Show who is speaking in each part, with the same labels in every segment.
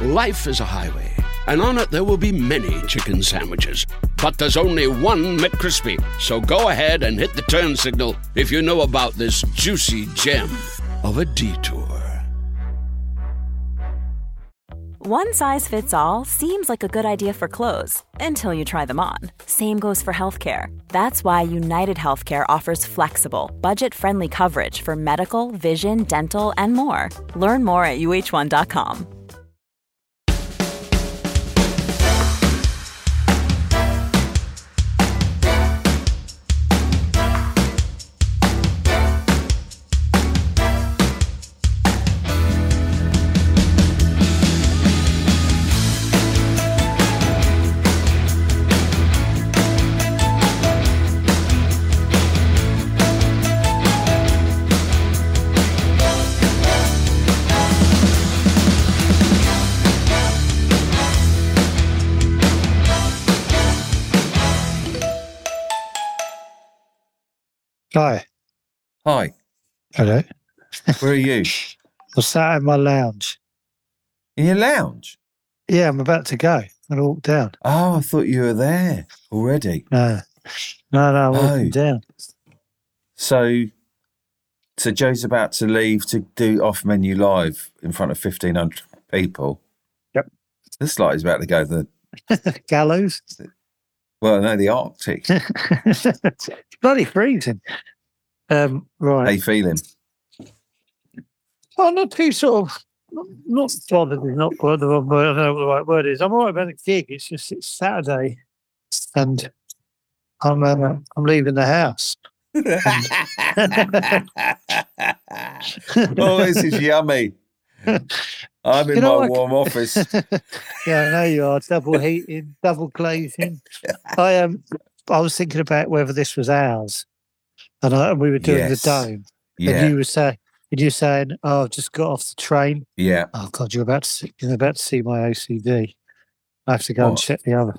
Speaker 1: Life is a highway, and on it there will be many chicken sandwiches. But there's only one McCrispy. So go ahead and hit the turn signal if you know about this juicy gem of a detour.
Speaker 2: One size fits all seems like a good idea for clothes until you try them on. Same goes for healthcare. That's why United Healthcare offers flexible, budget friendly coverage for medical, vision, dental, and more. Learn more at uh1.com.
Speaker 3: Hi.
Speaker 4: Hi,
Speaker 3: Hello.
Speaker 4: where are you?
Speaker 3: I'm sat in my lounge.
Speaker 4: In your lounge?
Speaker 3: Yeah, I'm about to go. I'm gonna walk down.
Speaker 4: Oh, I thought you were there already.
Speaker 3: No. No, no, I'm walking
Speaker 4: Oh.
Speaker 3: down.
Speaker 4: So, so Joe's about to leave to do off menu live in front of 1,500 people.
Speaker 3: Yep.
Speaker 4: This light is about to go to the,
Speaker 3: Gallows.
Speaker 4: well, no, the Arctic. How
Speaker 3: Bloody freezing. Um, right.
Speaker 4: you feeling?
Speaker 3: Oh, not too sort of not, not bothered is not quite the wrong word. I don't know what the right word is. I'm all right about the gig. It's just it's Saturday, and I'm uh, I'm leaving the house.
Speaker 4: oh, this is yummy. I'm in
Speaker 3: You know,
Speaker 4: my
Speaker 3: I-
Speaker 4: warm office.
Speaker 3: yeah, I know you are. Double heating, double glazing. I um, I was thinking about whether this was ours, and, I, and we were doing
Speaker 4: Yes.
Speaker 3: the dome, and
Speaker 4: Yeah,
Speaker 3: you were saying, and you were saying, "Oh, I've just got off the train."
Speaker 4: yeah.
Speaker 3: Oh God, you're about to see, you're about to see my OCD. I have to go and
Speaker 4: What?
Speaker 3: check the other.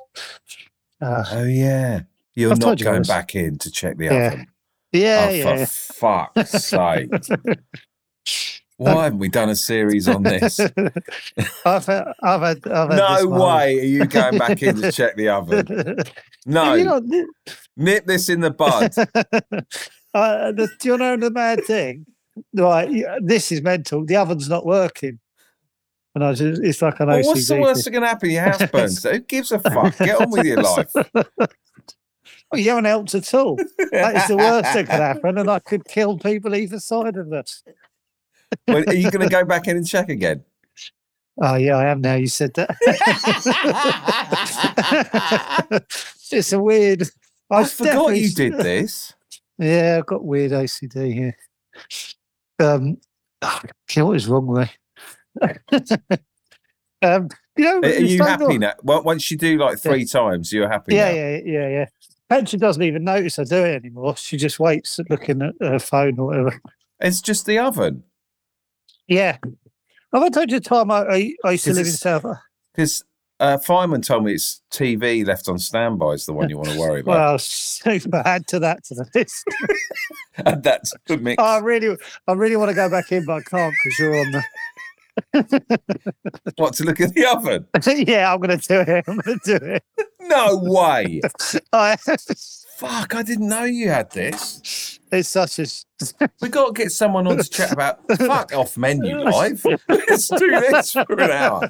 Speaker 3: Uh,
Speaker 4: Oh, yeah. You're
Speaker 3: I've
Speaker 4: not
Speaker 3: told you
Speaker 4: going
Speaker 3: this.
Speaker 4: back in to check the
Speaker 3: Yeah.
Speaker 4: oven.
Speaker 3: yeah,
Speaker 4: oh,
Speaker 3: yeah. yeah.
Speaker 4: for fuck's sake. Why haven't we done a series on this?
Speaker 3: I've had, I've had, I've had
Speaker 4: no
Speaker 3: this my whole-
Speaker 4: way are you going back in to check the oven.
Speaker 3: Have you
Speaker 4: No,
Speaker 3: not-
Speaker 4: nip this in the bud.
Speaker 3: uh, the, do you know the mad thing? Right, yeah, this is mental. The oven's not working, and I just, it's like an
Speaker 4: Well,
Speaker 3: OCD.
Speaker 4: what's the worst
Speaker 3: thing.
Speaker 4: that can happen? Your house burns. Who gives a fuck? Get on with your life.
Speaker 3: Well, you haven't helped at all. That is the worst that could happen, and I could kill people either side of us.
Speaker 4: Well, are you going to go back in and check again?
Speaker 3: Oh yeah, I am now. You said that. it's a weird.
Speaker 4: I,
Speaker 3: I've
Speaker 4: forgot you
Speaker 3: definitely-
Speaker 4: did this.
Speaker 3: Yeah, I've got weird OCD here. Um, oh, God, what is wrong with me? um, you know,
Speaker 4: Are, are
Speaker 3: it's
Speaker 4: you
Speaker 3: so
Speaker 4: happy
Speaker 3: not-
Speaker 4: now? Well, once you do like
Speaker 3: Yeah.
Speaker 4: three times, you're happy.
Speaker 3: Yeah,
Speaker 4: now.
Speaker 3: yeah, yeah, yeah. Pension doesn't even notice I do it anymore. She just waits, at- looking at her phone or whatever.
Speaker 4: It's just the oven
Speaker 3: Yeah. Have I told you the time I, I, I used to live
Speaker 4: Is
Speaker 3: in
Speaker 4: this-
Speaker 3: South?
Speaker 4: because uh, fireman told me it's TV left on standby is the one you want to worry about.
Speaker 3: Well, so add to that to the list. Oh,
Speaker 4: and that's the mix.
Speaker 3: I really, I really want to go back in, but I can't because you're on the.
Speaker 4: what to look at the oven?
Speaker 3: yeah, I'm going to do it. I'm going to do it.
Speaker 4: No way.
Speaker 3: I,
Speaker 4: Fuck, I didn't know you had this.
Speaker 3: It's such a. s-
Speaker 4: We got to get someone on to chat about fuck off menu live. Let's do this for an hour.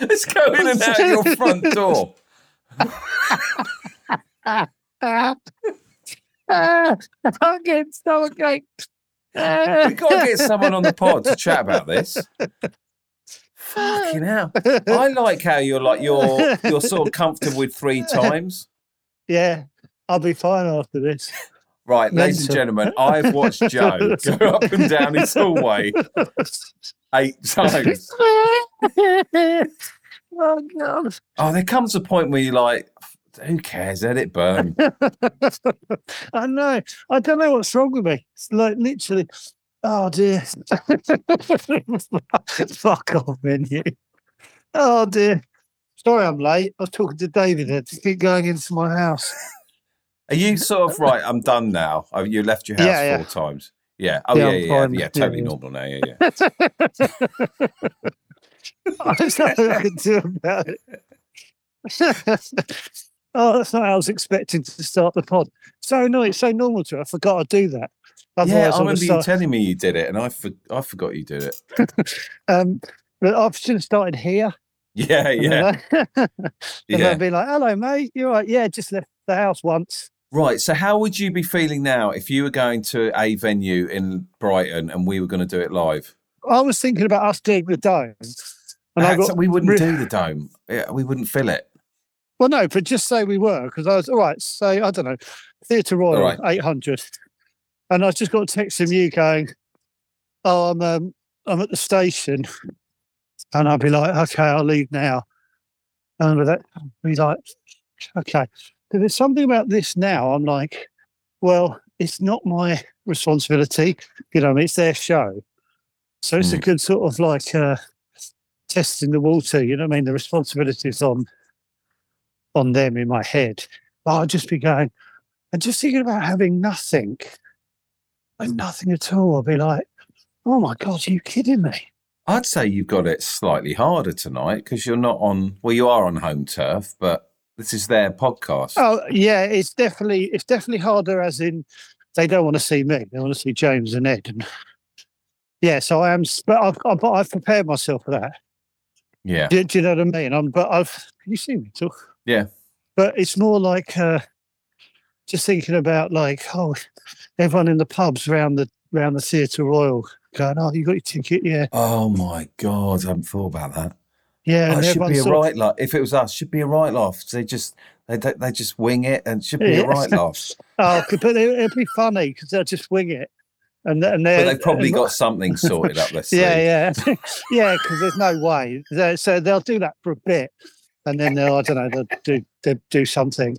Speaker 4: Let's go in and out your front door.
Speaker 3: Ah, ah, I'm getting stomach ache. Ah.
Speaker 4: We got to get someone on the pod to chat about this. Fucking hell! I like how you're like you're you're sort of comfortable with three times.
Speaker 3: yeah, I'll be fine after this.
Speaker 4: Right, ladies and gentlemen, I've watched Joe go up and down his hallway eight times.
Speaker 3: oh God!
Speaker 4: Oh, there comes a point where you're like, who cares? Let it burn.
Speaker 3: I know. I don't know what's wrong with me. It's like literally. Oh dear! Fuck off, menu. Oh dear. Sorry, I'm late. I was talking to David. I had to keep going into my house.
Speaker 4: Are you sort of right? I'm done now. Oh, You left your house
Speaker 3: Yeah, yeah.
Speaker 4: four times. Yeah. Oh,
Speaker 3: Yeah,
Speaker 4: yeah,
Speaker 3: I'm
Speaker 4: yeah, yeah,
Speaker 3: fine.
Speaker 4: yeah. Totally
Speaker 3: Yeah, yeah.
Speaker 4: normal now. Yeah, yeah.
Speaker 3: There's nothing I can do about it. oh, that's not how I was expecting to start the pod. So no, it's so normal to. I forgot I'd do that.
Speaker 4: yeah
Speaker 3: Otherwise,
Speaker 4: I
Speaker 3: I would
Speaker 4: remember you
Speaker 3: start.
Speaker 4: telling me you did it, and I, for- I forgot you did it.
Speaker 3: um, but I should have started here.
Speaker 4: Yeah,
Speaker 3: and
Speaker 4: yeah,
Speaker 3: then I- and
Speaker 4: yeah.
Speaker 3: then be like, "Hello, mate. You're right. Yeah, just left the house once.
Speaker 4: Right. So, how would you be feeling now if you were going to a venue in Brighton and we were going to do it live?
Speaker 3: I was thinking about us doing the dome, and I
Speaker 4: That's-
Speaker 3: got
Speaker 4: we wouldn't
Speaker 3: re-
Speaker 4: do the dome. Yeah, we wouldn't fill it.
Speaker 3: well, no, but just say we were because I was all right. So I don't know, Theatre Royal,
Speaker 4: right.
Speaker 3: eight hundred, and I just got a text from you going, "Oh, I'm um, I'm at the station," and I'd be like, "Okay, I'll leave now," and with that, I'd be like, "Okay." But there's something about this now. I'm like, well, it's not my responsibility. You know, it's their show. So it's a
Speaker 4: Mm.
Speaker 3: good sort of like uh, testing the water. You know what I mean? The responsibility is on on them in my head. But I'll just be going and just thinking about having nothing, like nothing at all. I'll be like, oh my god, are you kidding me?
Speaker 4: I'd say you've got it slightly harder tonight because you're not on. Well, you are on home turf, but this is their podcast.
Speaker 3: Oh yeah, it's definitely it's definitely harder. As in, they don't want to see me; they want to see James and Ed. And yeah, so I am. s- But I've I've, but I've prepared myself for that.
Speaker 4: yeah,
Speaker 3: Do, do you know what I mean? I'm, but I've you see me talk.
Speaker 4: Yeah.
Speaker 3: But it's more like uh, just thinking about like oh, everyone in the pubs round the round the Theatre Royal going, oh, you got your ticket, yeah,
Speaker 4: Oh my god, I haven't thought about that.
Speaker 3: yeah.
Speaker 4: Oh, it should
Speaker 3: everyone
Speaker 4: be a
Speaker 3: sort of-
Speaker 4: right laugh. If it was us, should be a right laugh. They just they they, they just wing it and it should be a
Speaker 3: Yeah.
Speaker 4: right laugh.
Speaker 3: Oh, c- but it, it'd be funny because they'll just wing it, and th- and
Speaker 4: But
Speaker 3: they're
Speaker 4: they've probably
Speaker 3: and-
Speaker 4: got something sorted up their sleeve.
Speaker 3: Yeah, yeah, yeah. Because there's no way. They- So they'll do that for a bit, and then they'll I don't know they'll do they'll do something,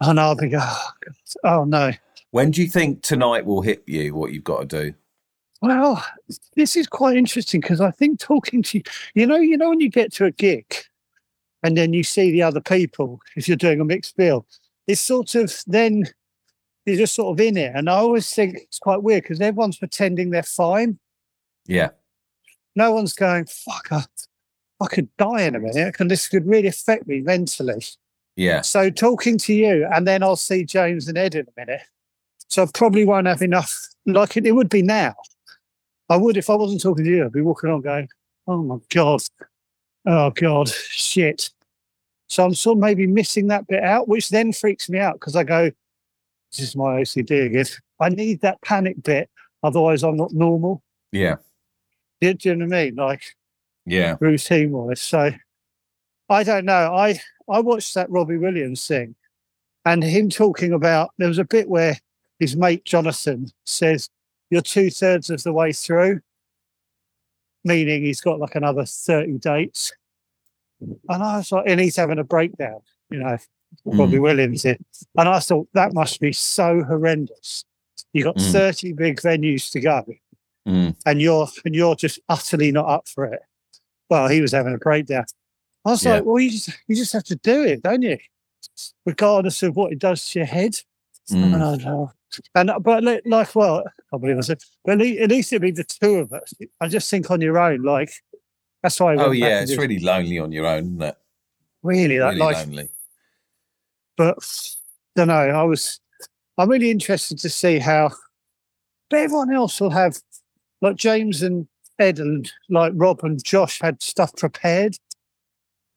Speaker 3: and I'll be oh, God, oh no.
Speaker 4: When do you think tonight will hit you? What you've got to do?
Speaker 3: Well, this is quite interesting because I think talking to you, you know, you know when you get to a gig, and then you see the other people if you're doing a mixed bill, it's sort of then you're just sort of in it, and I always think it's quite weird because everyone's pretending they're fine.
Speaker 4: Yeah,
Speaker 3: no one's going, fuck, I, I could die in a minute. And this could really affect me mentally.
Speaker 4: yeah.
Speaker 3: So talking to you, and then I'll see James and Ed in a minute. So I probably won't have enough. Like it, it would be now. I would, if I wasn't talking to you, I'd be walking on going, oh my God. Oh God, shit. So I'm sort of maybe missing that bit out, which then freaks me out because I go, this is my OCD again. I need that panic bit. Otherwise, I'm not normal.
Speaker 4: Yeah,
Speaker 3: Do do you know what I mean? Like,
Speaker 4: yeah.
Speaker 3: routine wise. So I don't know. I I watched that Robbie Williams thing and him talking about there was a bit where his mate Jonathan says, You're two thirds of the way through, meaning he's got like another 30 dates. And I was like, and he's having a breakdown, you know, Robbie
Speaker 4: Mm.
Speaker 3: Williams did. And I thought that must be so horrendous. You got
Speaker 4: Mm.
Speaker 3: 30 big venues to go
Speaker 4: Mm.
Speaker 3: and you're and you're just utterly not up for it. Well, he was having a breakdown. I was
Speaker 4: Yeah.
Speaker 3: like, well, you just you just have to do it, don't you? Regardless of what it does to your head.
Speaker 4: Mm.
Speaker 3: And I was like, And but li- like, well, I believe I said, but at le- at least it'd be the two of us. I just think on your own, like that's why. I
Speaker 4: Oh
Speaker 3: went back
Speaker 4: yeah,
Speaker 3: and
Speaker 4: it's
Speaker 3: did-
Speaker 4: really lonely on your own, isn't it?
Speaker 3: really that
Speaker 4: Really
Speaker 3: like
Speaker 4: lonely.
Speaker 3: but don't know. I was, I'm really interested to see how. But everyone else will have, like James and Ed and like Rob and Josh had stuff prepared.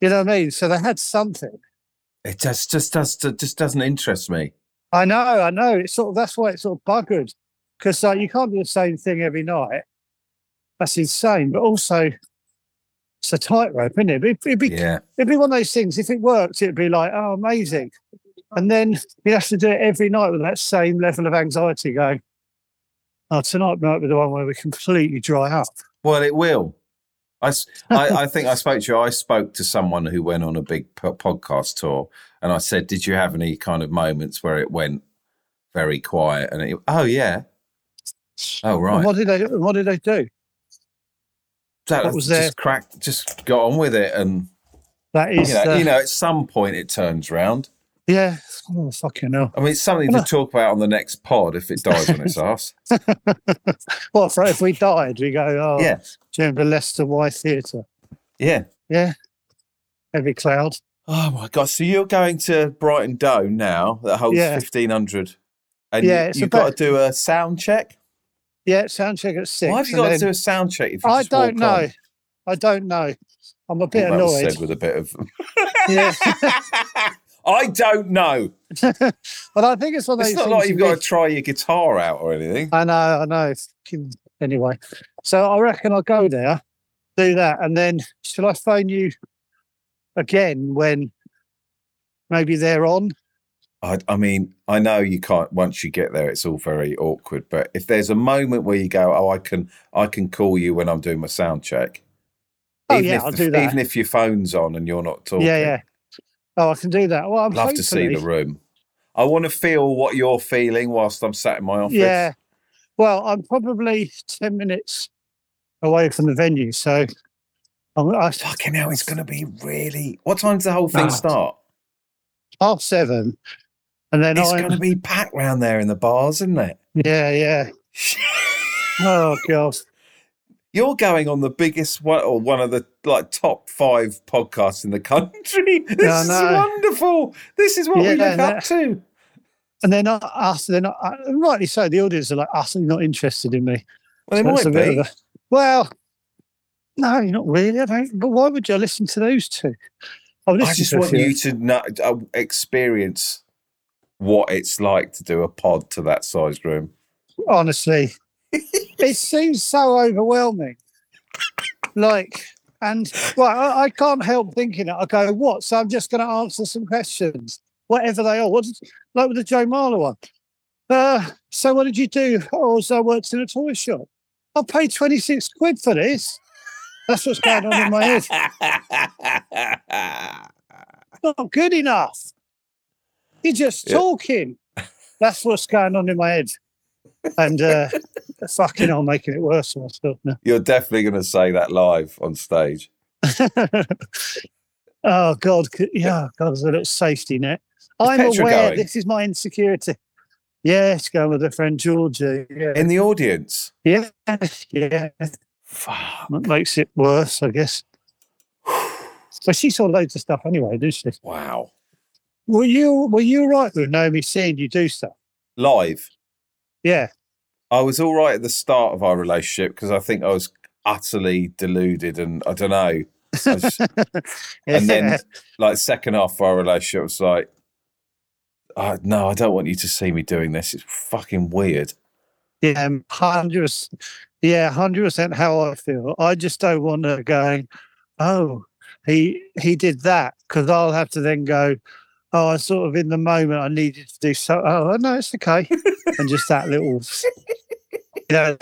Speaker 3: You know what I mean? So they had something.
Speaker 4: It just just does just doesn't interest me.
Speaker 3: I know, I know. It's sort of that's why it's sort of buggered because like you can't do the same thing every night. That's insane. But also, it's a tightrope, isn't it? It'd be, it'd be
Speaker 4: Yeah,
Speaker 3: it'd be one of those things. If it worked, it'd be like, oh, amazing. And then you'd have to do it every night with that same level of anxiety going, oh, tonight might be the one where we completely dry up.
Speaker 4: well, it will. I, s- I- I think I spoke to you. I spoke to someone who went on a big po- podcast tour, and I said, "Did you have any kind of moments where it went very quiet?" And it, oh yeah, oh
Speaker 3: And
Speaker 4: right,
Speaker 3: What did they What did they do?
Speaker 4: that
Speaker 3: what
Speaker 4: was
Speaker 3: was
Speaker 4: just
Speaker 3: there?
Speaker 4: cracked. Just got on with it, and
Speaker 3: That
Speaker 4: you
Speaker 3: is, uh,
Speaker 4: know,
Speaker 3: the-
Speaker 4: you know, at some point it turns round.
Speaker 3: Yeah. Oh, fucking hell.
Speaker 4: I mean, it's something to talk about on the next pod if it dies on its ass.
Speaker 3: Well, for if we died, we go, oh,
Speaker 4: Yeah,
Speaker 3: do you remember Leicester Y Theatre?
Speaker 4: yeah.
Speaker 3: Yeah. Heavy cloud.
Speaker 4: Oh my god! So you're going to Brighton Dome now that holds
Speaker 3: Yeah.
Speaker 4: fifteen hundred, and
Speaker 3: Yeah,
Speaker 4: you,
Speaker 3: it's
Speaker 4: you've got
Speaker 3: about-
Speaker 4: to do a sound check.
Speaker 3: Yeah, sound check at six.
Speaker 4: Why have you
Speaker 3: and
Speaker 4: got to
Speaker 3: then-
Speaker 4: do a sound check? If you
Speaker 3: I
Speaker 4: just walk
Speaker 3: don't know.
Speaker 4: on?
Speaker 3: I don't know. I'm a bit
Speaker 4: Well, that was
Speaker 3: annoyed.
Speaker 4: Said with a bit of,
Speaker 3: yeah.
Speaker 4: I don't know.
Speaker 3: But I think it's one of those
Speaker 4: It's not
Speaker 3: things.
Speaker 4: like you've
Speaker 3: you Uh,
Speaker 4: got to
Speaker 3: need-
Speaker 4: try your guitar out or anything.
Speaker 3: I know, I know. Fucking- Anyway, so I reckon I'll go there, do that, and then shall I phone you again when maybe they're on?
Speaker 4: I, I mean, I know you can't. Once you get there, it's all very awkward. But if there's a moment where you go, "Oh, I can, I can call you when I'm doing my sound check,"
Speaker 3: Oh,
Speaker 4: even
Speaker 3: yeah,
Speaker 4: if
Speaker 3: I'll
Speaker 4: the-
Speaker 3: do that.
Speaker 4: Even if your phone's on and you're not talking,
Speaker 3: Yeah, yeah. Oh, I can do that. Well, I'm
Speaker 4: I'd love to see
Speaker 3: hopefully-
Speaker 4: the room. I want to feel what you're feeling whilst I'm sat in my office.
Speaker 3: Yeah. Well, I'm probably 10 minutes away from the venue. So I'm, I,
Speaker 4: Fucking hell, it's going to be really. What time's the whole thing
Speaker 3: Mad.
Speaker 4: start?
Speaker 3: half seven. And then
Speaker 4: it's
Speaker 3: I'm.
Speaker 4: going to be packed round there in the bars, isn't it?
Speaker 3: Yeah, yeah. Oh, God.
Speaker 4: You're going on the biggest one or one of the like top five podcasts in the country. This
Speaker 3: Yeah, I
Speaker 4: is
Speaker 3: know.
Speaker 4: wonderful. This is what we
Speaker 3: Yeah,
Speaker 4: look
Speaker 3: that-
Speaker 4: up to.
Speaker 3: And they're not us. They're not, uh, rightly so. The audience are like, us, not interested in me.
Speaker 4: Well, it
Speaker 3: So it's a
Speaker 4: might
Speaker 3: bit
Speaker 4: be.
Speaker 3: of a- well, no, you're not really. I don't, but why would you listen to those two? I've
Speaker 4: I
Speaker 3: listened
Speaker 4: just
Speaker 3: to a
Speaker 4: want
Speaker 3: few.
Speaker 4: you to know, uh, experience what it's like to do a pod to that size room.
Speaker 3: honestly. it seems so overwhelming. Like, and well, I, I can't help thinking it. I go, what? So I'm just going to answer some questions, whatever they are. What, did- like with the Joe Marler one. Uh, so what did you do? Oh, so I worked in a toy shop. I paid 26 quid for this. That's what's going on in my head. Not good enough. You're just
Speaker 4: Yeah.
Speaker 3: talking. That's what's going on in my head. And uh, fucking, I'm making it worse for myself now.
Speaker 4: You're definitely going to say that live on stage.
Speaker 3: oh God, c- yeah, God, there's a little safety net. I'm
Speaker 4: Petra
Speaker 3: aware
Speaker 4: going?
Speaker 3: this is my insecurity. Yes, going with a friend Georgie. Yeah,
Speaker 4: In the audience.
Speaker 3: yeah, yeah.
Speaker 4: Fuck.
Speaker 3: That makes it worse, I guess. But she saw loads of stuff anyway, didn't she?
Speaker 4: Wow.
Speaker 3: Were you were you right with Naomi seeing you do stuff?
Speaker 4: Live.
Speaker 3: Yeah,
Speaker 4: I was all right at the start of our relationship because I think I was utterly deluded and I don't know. And then, like, second half of our relationship was like, oh, no, I don't want you to see me doing this. It's fucking weird.
Speaker 3: yeah, hundred, yeah, hundred percent how I feel. I just don't want to going. Oh, he he did that because I'll have to then go. Oh, I sort of in the moment I needed to do so. Oh, no, it's okay, and just that little, you know,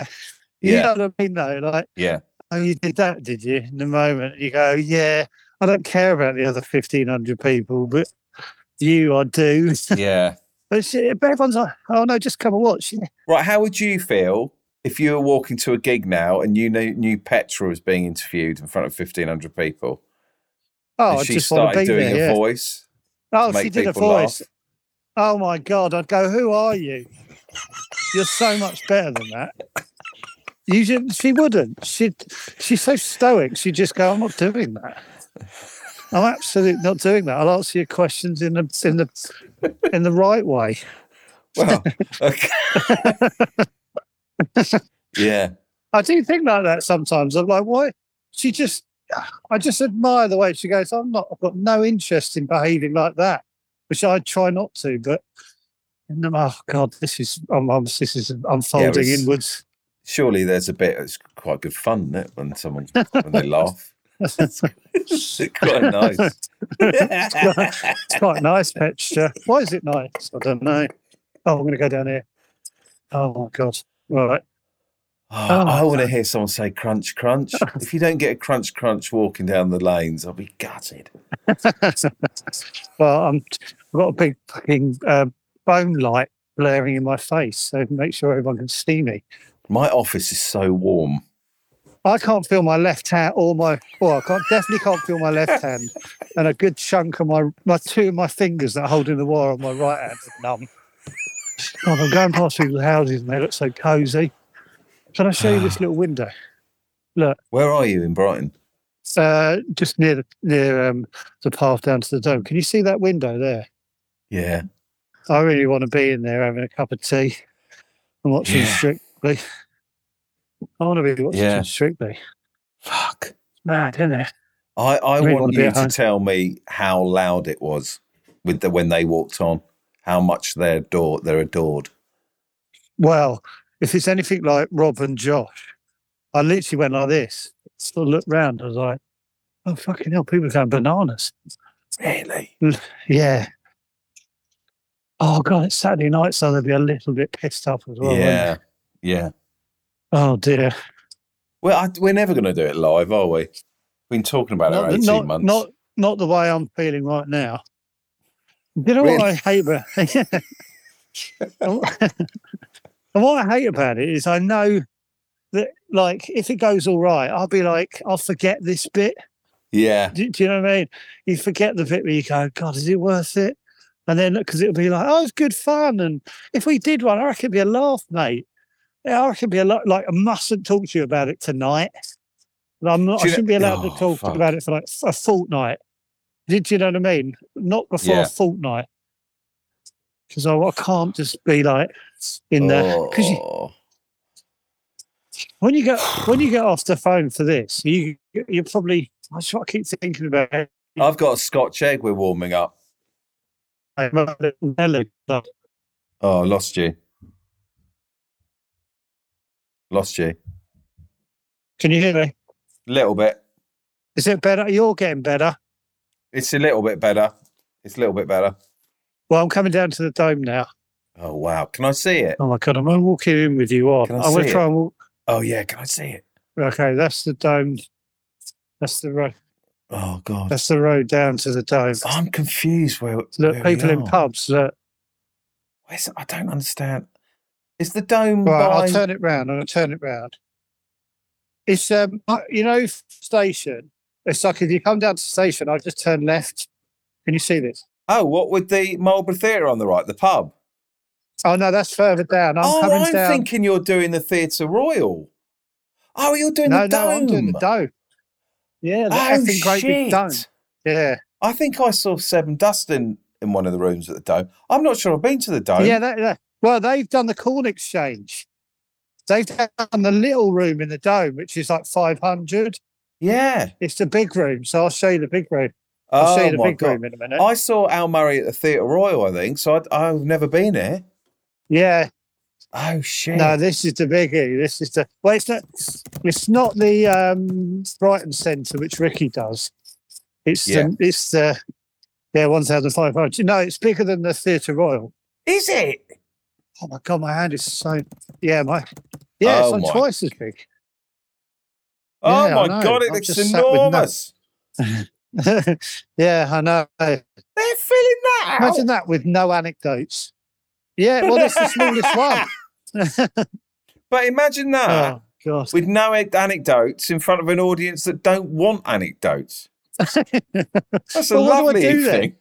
Speaker 3: you
Speaker 4: Yeah.
Speaker 3: know what I mean though. Like,
Speaker 4: Yeah.
Speaker 3: oh, you did that, did you? In the moment, you go, yeah, I don't care about the other fifteen hundred people, but you, I do.
Speaker 4: Yeah.
Speaker 3: but, she, but everyone's like, oh no, just come and watch.
Speaker 4: Right. How would you feel if you were walking to a gig now and you knew, knew Petra was being interviewed in front of 1,500 people?
Speaker 3: Oh,
Speaker 4: and
Speaker 3: I
Speaker 4: she
Speaker 3: just want to
Speaker 4: started
Speaker 3: be
Speaker 4: doing
Speaker 3: there.
Speaker 4: a
Speaker 3: yeah.
Speaker 4: voice.
Speaker 3: Oh,
Speaker 4: to
Speaker 3: she
Speaker 4: make
Speaker 3: did a
Speaker 4: people
Speaker 3: voice.
Speaker 4: laugh.
Speaker 3: Oh my god! I'd go. Who are you? You're so much better than that. You should, she wouldn't. She she's so stoic. She'd just go. I'm not doing that. I'm absolutely not doing that. I'll answer your questions in the in the in the right way.
Speaker 4: Well, okay. yeah.
Speaker 3: I do think like that sometimes. I'm like, why? She just. I just admire the way she goes. I'm not. I've got no interest in behaving like that, which I try not to. But and I'm, oh god, this is. I'm, I'm, this is unfolding
Speaker 4: it's-
Speaker 3: inwards.
Speaker 4: Surely there's a bit. It's quite good fun, isn't it? When someone when they laugh, it's quite nice.
Speaker 3: It's quite a nice texture. Why is it nice? I don't know. Oh, I'm going to go down here. Oh my god! All right.
Speaker 4: Oh, I want to hear someone say crunch, crunch. If you don't get a crunch, crunch walking down the lanes, I'll be gutted.
Speaker 3: well, I'm. I've got a big fucking uh, bone light blaring in my face, so make sure everyone can see me.
Speaker 4: My office is so warm.
Speaker 3: I can't feel my left hand or my well, I can't, definitely can't feel my left hand, and a good chunk of my my two of my fingers that are holding the wire on my right hand are numb. God, I'm going past people's houses and they look so cosy. Can I show you this little window? Look,
Speaker 4: Where are you in Brighton?
Speaker 3: uh, just near the near um, the path down to the dome. Can you see that window there?
Speaker 4: Yeah.
Speaker 3: I really want to be in there having a cup of tea and watching
Speaker 4: Yeah.
Speaker 3: Strictly. I want to be watching
Speaker 4: Yeah.
Speaker 3: Strictly.
Speaker 4: Fuck.
Speaker 3: Mad, isn't it?
Speaker 4: I, I
Speaker 3: Really
Speaker 4: want
Speaker 3: wanna be
Speaker 4: you
Speaker 3: at
Speaker 4: to
Speaker 3: home.
Speaker 4: tell me how loud it was with the, when they walked on, how much they're adored. They're adored.
Speaker 3: Well, if it's anything like Rob and Josh, I literally went like this. Sort of looked round. I was like, oh, fucking hell, people are going bananas.
Speaker 4: Really?
Speaker 3: Yeah. Oh, God, it's Saturday night, so they'll be a little bit pissed off as well. won't
Speaker 4: yeah.
Speaker 3: they?
Speaker 4: Yeah.
Speaker 3: Oh, dear.
Speaker 4: Well, I, we're never going to do it live, are we? We've been talking about it
Speaker 3: Not,
Speaker 4: for 18
Speaker 3: not,
Speaker 4: months.
Speaker 3: not, not the way I'm feeling right now. You know what I hate about and what and what I hate about it is I know that, like, if it goes all right, I'll be like, I'll forget this bit.
Speaker 4: yeah.
Speaker 3: Do, do you know what I mean? You forget the bit where you go, God, is it worth it? And then because it'll be like, oh, it's good fun. And if we did one, I reckon it'd be a laugh, mate. Yeah, I reckon it'd be a lot. Like I mustn't talk to you about it tonight. And I'm not.
Speaker 4: Do
Speaker 3: I
Speaker 4: you know-
Speaker 3: shouldn't be allowed
Speaker 4: Oh,
Speaker 3: to talk
Speaker 4: fuck.
Speaker 3: about it for like a fortnight. Did you know what I mean? Not before
Speaker 4: Yeah.
Speaker 3: a fortnight. Because I, I can't just be like in there because you
Speaker 4: Oh.
Speaker 3: when you get when you get off the phone for this, you you're probably that's what I keep thinking about. it.
Speaker 4: I've got a Scotch egg we're warming up.
Speaker 3: Like, my little Nelly, like,
Speaker 4: Oh, I lost you. Lost you.
Speaker 3: Can you hear me?
Speaker 4: Little bit.
Speaker 3: Is it better? You're getting better.
Speaker 4: It's a little bit better. It's a little bit better.
Speaker 3: Well, I'm coming down to the dome now.
Speaker 4: Oh wow! Can I see it?
Speaker 3: Oh my god, I'm gonna walk in with you on.
Speaker 4: Can I
Speaker 3: I'm gonna
Speaker 4: see
Speaker 3: try and walk.
Speaker 4: Oh yeah, can I see it?
Speaker 3: Okay, that's the dome. That's the road.
Speaker 4: Oh god,
Speaker 3: That's the road down to the dome.
Speaker 4: I'm confused. Where
Speaker 3: Look,
Speaker 4: where we
Speaker 3: people in
Speaker 4: are.
Speaker 3: pubs. Look.
Speaker 4: Where's, I don't understand. Is the dome
Speaker 3: Right, I'll
Speaker 4: by?
Speaker 3: turn it round. I'm gonna turn it round. It's um, I- you know, station. It's like if you come down to station, I just turn left. Can you see this?
Speaker 4: Oh, what with the Marlborough Theatre on the right, the pub.
Speaker 3: Oh no, that's further down. I'm
Speaker 4: oh,
Speaker 3: coming
Speaker 4: I'm
Speaker 3: down.
Speaker 4: thinking you're doing the Theatre Royal. Oh, you're doing
Speaker 3: no,
Speaker 4: the dome.
Speaker 3: no, I'm doing the dome. Yeah, the
Speaker 4: oh
Speaker 3: effing great big
Speaker 4: shit!
Speaker 3: dome. Yeah.
Speaker 4: I think I saw Seven Dustin in one of the rooms at the dome. I'm not sure I've been to the dome.
Speaker 3: Yeah, that, that- well, they've done the corn exchange. They've done the little room in the dome, which is like 500.
Speaker 4: yeah.
Speaker 3: It's the big room. So I'll show you the big room. I'll
Speaker 4: Oh
Speaker 3: show you the
Speaker 4: my
Speaker 3: big
Speaker 4: god. Oh.
Speaker 3: room eh? in a minute.
Speaker 4: I saw Al Murray at the Theatre Royal, I think. So I, I've never been there.
Speaker 3: yeah.
Speaker 4: Oh shit!
Speaker 3: No, this is the biggie. This is the, well, it's not, it's not the um, Brighton Centre, which Ricky does. It's
Speaker 4: Yeah.
Speaker 3: the, it's the, yeah, 1,500. No, it's bigger than the Theatre Royal.
Speaker 4: is it?
Speaker 3: Oh my God, my hand is so, yeah, my, yeah,
Speaker 4: Oh,
Speaker 3: it's
Speaker 4: my
Speaker 3: like twice as big.
Speaker 4: Oh
Speaker 3: Yeah, I
Speaker 4: my
Speaker 3: know.
Speaker 4: god! It
Speaker 3: I've
Speaker 4: looks
Speaker 3: just sat with
Speaker 4: enormous.
Speaker 3: yeah, I know.
Speaker 4: They're filling that out.
Speaker 3: Imagine that with no anecdotes. Yeah, well, it's the smallest one.
Speaker 4: But imagine that
Speaker 3: Oh, God.
Speaker 4: with no ed- anecdotes in front of an audience that don't want anecdotes. That's a
Speaker 3: Well, what do I
Speaker 4: lovely
Speaker 3: do then?
Speaker 4: thing.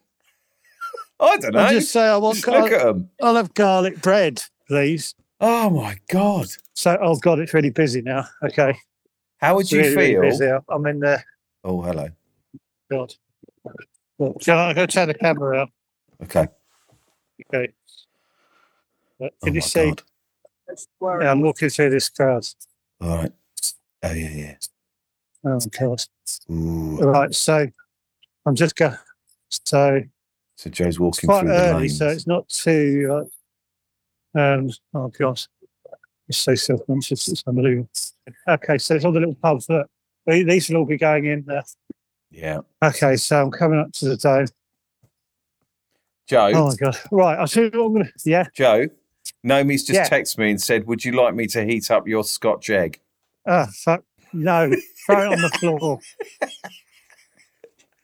Speaker 4: I don't know.
Speaker 3: I'll just say I want,
Speaker 4: Just look
Speaker 3: I'll,
Speaker 4: at them.
Speaker 3: I'll have garlic bread, please.
Speaker 4: Oh my god!
Speaker 3: So, oh, God, it's really busy now. Okay.
Speaker 4: How would
Speaker 3: It's
Speaker 4: you
Speaker 3: really, really
Speaker 4: feel?
Speaker 3: busy. I'm in there.
Speaker 4: oh, hello.
Speaker 3: God. Shall I go turn the camera out?
Speaker 4: Okay.
Speaker 3: Okay. Uh,
Speaker 4: Oh
Speaker 3: Can you
Speaker 4: my
Speaker 3: see?
Speaker 4: God.
Speaker 3: Yeah, I'm walking through this crowd.
Speaker 4: All right. Oh yeah, yeah.
Speaker 3: Oh, God.
Speaker 4: Ooh.
Speaker 3: Right. So, I'm just going. So,
Speaker 4: So Joe's
Speaker 3: it's
Speaker 4: walking
Speaker 3: quite
Speaker 4: through the
Speaker 3: early,
Speaker 4: lanes.
Speaker 3: so it's not too. Uh, um, oh gosh, it's so self-conscious. It's unbelievable. Okay, so it's all the little pubs that the- these will all be going in there.
Speaker 4: yeah.
Speaker 3: Okay, so I'm coming up to the dome.
Speaker 4: Joe.
Speaker 3: Oh my god! Right, I'll tell you what I'm gonna. Yeah.
Speaker 4: Joe, Nomi's just
Speaker 3: Yeah.
Speaker 4: texted me and said, Would you like me to heat up your scotch egg?
Speaker 3: Oh fuck! No, throw it on the floor.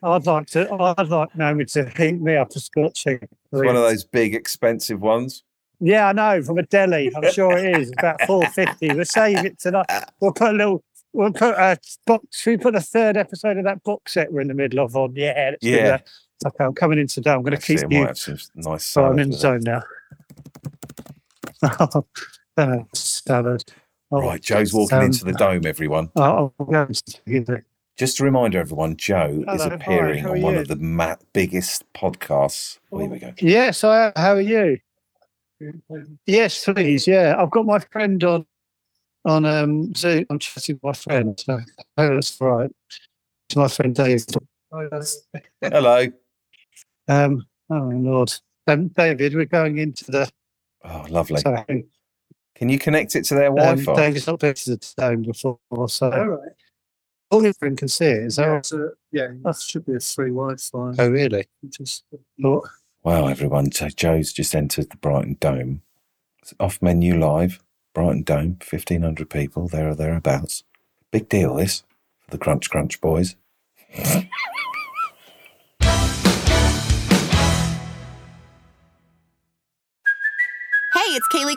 Speaker 3: I'd like to. I'd like Naomi to heat me up a scotch egg.
Speaker 4: It's one of those big, expensive ones.
Speaker 3: Yeah, I know from a deli. I'm sure it is It's about four fifty. We'll save it tonight. We'll put a little. we'll put a box. Should we put a third episode of that box set we're in the middle of on? Yeah, let's do
Speaker 4: Yeah.
Speaker 3: that. Okay, I'm coming in today. I'm going to
Speaker 4: Actually,
Speaker 3: keep
Speaker 4: it might
Speaker 3: you.
Speaker 4: have some nice
Speaker 3: So I'm
Speaker 4: salad
Speaker 3: in
Speaker 4: with
Speaker 3: the
Speaker 4: it.
Speaker 3: zone now. Uh, salad. Oh,
Speaker 4: Right, Joe's walking
Speaker 3: um,
Speaker 4: into the dome, everyone.
Speaker 3: Oh, oh, yeah, I'm just thinking that-
Speaker 4: Just a reminder, everyone, Joe is
Speaker 3: Hello, hi,
Speaker 4: appearing
Speaker 3: how
Speaker 4: on
Speaker 3: are
Speaker 4: one
Speaker 3: you?
Speaker 4: of the ma- biggest podcasts. Oh, here we go.
Speaker 3: Yes, I am. uh, How are you? Yes, please. Yeah, I've got my friend on on um, Zoom. I'm chatting with my friend. So I hope that's all right. To my friend Dave. Oh.
Speaker 4: Hello.
Speaker 3: Um, oh Lord, um, David, we're going into the.
Speaker 4: Oh, lovely.
Speaker 3: Sorry,
Speaker 4: Can you connect it to their
Speaker 3: um,
Speaker 4: Wi-Fi?
Speaker 3: David's not been to the dome before, so
Speaker 5: Oh,
Speaker 3: all your friend can see it. Is that
Speaker 6: yeah,
Speaker 3: right?
Speaker 6: so, yeah, that should be a free Wi-Fi.
Speaker 3: Oh, really?
Speaker 6: which is-
Speaker 3: Oh,
Speaker 4: Wow, everyone. So Joe's just entered the Brighton Dome. It's off menu live, Brighton Dome, 1,500 people, there or thereabouts. Big deal, this, for the Crunch Crunch boys.
Speaker 7: Hey, it's Kaylee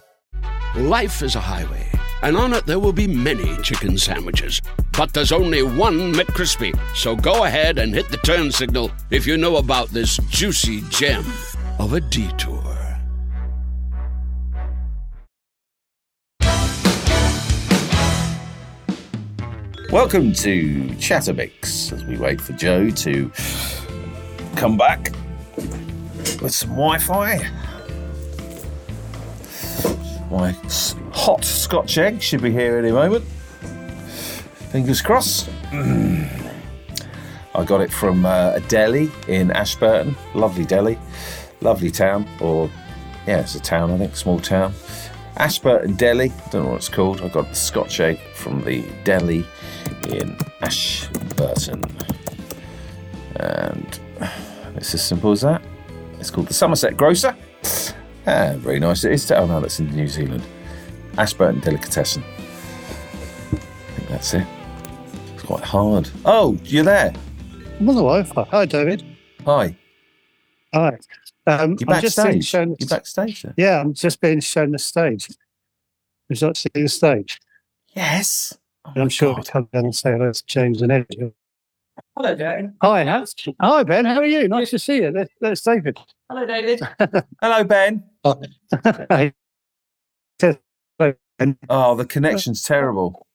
Speaker 1: Life is a highway, and on it there will be many chicken sandwiches. But there's only one McCrispy. So go ahead and hit the turn signal if you know about this juicy gem of a detour.
Speaker 4: Welcome to Chattermix as we wait for Joe to come back with some Wi Fi. My s- hot scotch egg should be here any moment. Fingers crossed. Mm. I got it from uh, a deli in Ashburton. Lovely deli. Lovely town, or yeah, it's a town, I think, small town. Ashburton Deli, don't know what it's called. I got the scotch egg from the deli in Ashburton. And it's as simple as that. It's called the Somerset Grocer. Ah, very nice it is. Oh no, that's in New Zealand. Ashburton Delicatessen. I think that's it. It's quite hard. Oh, you're there.
Speaker 3: I'm on the Wi-Fi. Hi, David.
Speaker 4: Hi.
Speaker 3: Hi. Um,
Speaker 4: You're
Speaker 3: I'm just being
Speaker 4: backstage.
Speaker 3: shown.
Speaker 4: You're backstage there.
Speaker 3: Yeah, I'm just being shown the stage. It's actually the stage.
Speaker 4: Yes. Oh,
Speaker 3: And I'm
Speaker 4: my
Speaker 3: sure I'll
Speaker 4: God.
Speaker 3: come down and say hello to James and Eddie.
Speaker 5: Hello, Joe.
Speaker 3: Hi, how's, hi Ben. How are you? Nice to see you. That- That's David.
Speaker 5: Hello, David.
Speaker 4: Hello, Ben.
Speaker 3: Hey. and
Speaker 4: Oh, the connection's
Speaker 3: Uh,
Speaker 4: terrible.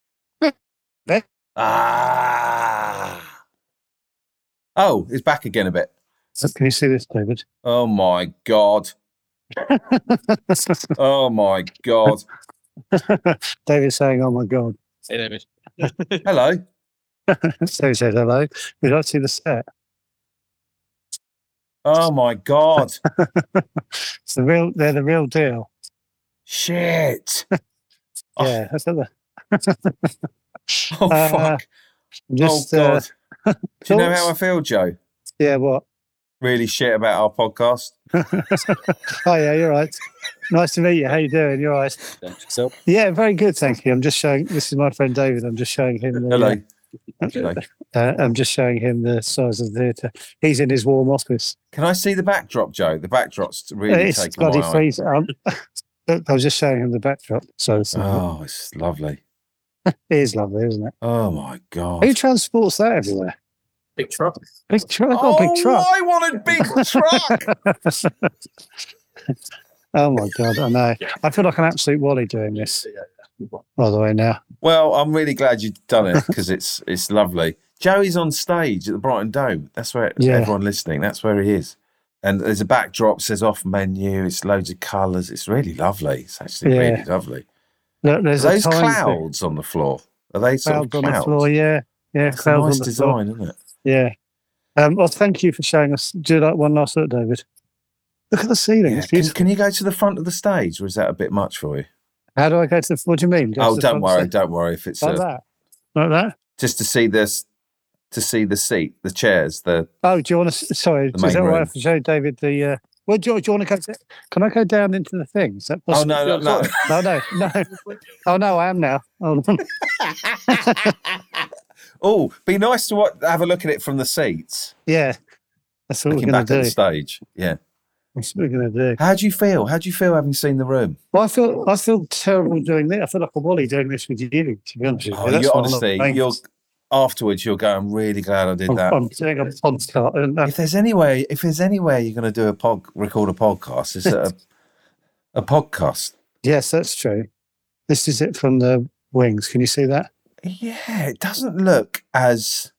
Speaker 3: Ben?
Speaker 4: Ah. Oh, it's back again a bit.
Speaker 3: can you see this, David?
Speaker 4: Oh my god. Oh my god.
Speaker 3: David's saying, "Oh my God!"
Speaker 6: Hey, David.
Speaker 4: Hello.
Speaker 3: so he said, "Hello." We don't see the set.
Speaker 4: Oh my god.
Speaker 3: It's the real. They're the real deal.
Speaker 4: Shit. Oh.
Speaker 3: Yeah, that's the.
Speaker 4: Oh
Speaker 3: Uh,
Speaker 4: fuck.
Speaker 3: Just,
Speaker 4: oh
Speaker 3: uh,
Speaker 4: god. Do you know how I
Speaker 3: thoughts?
Speaker 4: feel, Joe?
Speaker 3: yeah, what?
Speaker 4: Really shit about our podcast.
Speaker 3: Oh yeah, you're right. Nice to meet you. How you doing? You're right.
Speaker 6: So,
Speaker 3: Yeah, very good. Thank you. I'm just showing. This is my friend David. I'm just showing him. The,
Speaker 4: Hello.
Speaker 3: uh,
Speaker 4: Hello.
Speaker 3: Uh, I'm just showing him the size of the theatre. He's in his warm office. Uh,
Speaker 4: Can I see the backdrop, Joe? The backdrop's really
Speaker 3: it's
Speaker 4: taken my
Speaker 3: bloody
Speaker 4: eye.
Speaker 3: freezing. Um, look, I was just showing him the backdrop. So it's,
Speaker 4: Oh, it's lovely.
Speaker 3: it is lovely, isn't it?
Speaker 4: Oh my god.
Speaker 3: Who transports that everywhere?
Speaker 6: big truck.
Speaker 3: Big truck. I've
Speaker 4: oh,
Speaker 3: got a big truck.
Speaker 4: I want a big truck.
Speaker 3: oh my god, I know. I feel like an absolute wally doing this. By the way, now
Speaker 4: Well, I'm really glad you've done it because it's it's lovely. Joey's on stage at the Brighton Dome. That's where
Speaker 3: Yeah.
Speaker 4: everyone listening. That's where he is. And there's a backdrop says off menu. It's loads of colours. It's really lovely. It's actually
Speaker 3: Yeah.
Speaker 4: really lovely.
Speaker 3: Look, there's
Speaker 4: Are
Speaker 3: a
Speaker 4: those
Speaker 3: time thing.
Speaker 4: clouds on the floor? Are they sort
Speaker 3: Clouds
Speaker 4: of
Speaker 3: on the
Speaker 4: clouds?
Speaker 3: floor, yeah. Yeah,
Speaker 4: It's a
Speaker 3: clouds on
Speaker 4: nice
Speaker 3: the floor.
Speaker 4: design, isn't it?
Speaker 3: Yeah. Um, well, thank you for showing us. Do that one last look, David. Look at the ceiling.
Speaker 4: Yeah.
Speaker 3: It's
Speaker 4: Can,
Speaker 3: beautiful.
Speaker 4: can you go to the front of the stage, or is that a bit much for you?
Speaker 3: How do I go to the? What do you mean? Go to
Speaker 4: oh,
Speaker 3: the
Speaker 4: don't
Speaker 3: front
Speaker 4: worry,
Speaker 3: seat?
Speaker 4: don't worry. If it's
Speaker 3: Like
Speaker 4: a,
Speaker 3: that. Like that.
Speaker 4: just to see this, to see the seat, the chairs, the
Speaker 3: Oh, do you want to? Sorry,
Speaker 4: The
Speaker 3: is
Speaker 4: main
Speaker 3: that all right
Speaker 4: room.
Speaker 3: if I show David the? Uh, well, do you, do you want to go? To, can I go down into the thing? Is that possible?
Speaker 4: Oh, no, no, no.
Speaker 3: no, no, no. Oh no, I am now. Hold on.
Speaker 4: oh, be nice to what, have a look at it from the seats,
Speaker 3: Yeah, that's what
Speaker 4: looking
Speaker 3: we're going
Speaker 4: back at
Speaker 3: to
Speaker 4: the
Speaker 3: do.
Speaker 4: stage. Yeah.
Speaker 3: That's what we're going to do.
Speaker 4: How do you feel? How do you feel having seen the room?
Speaker 3: Well, I feel I feel terrible doing this. I feel like a wally doing this with you. To be honest with you,
Speaker 4: Oh,
Speaker 3: That's
Speaker 4: you
Speaker 3: why I'm not
Speaker 4: honestly,
Speaker 3: playing
Speaker 4: you're
Speaker 3: this.
Speaker 4: afterwards. You'll go. I'm really glad I did
Speaker 3: I'm,
Speaker 4: that.
Speaker 3: I'm doing a podcast. And, uh,
Speaker 4: if there's any way, if there's any way you're going to do a pod, record a podcast, is it a, a podcast?
Speaker 3: yes, that's true. This is it from the wings. Can you see that?
Speaker 4: Yeah, it doesn't look as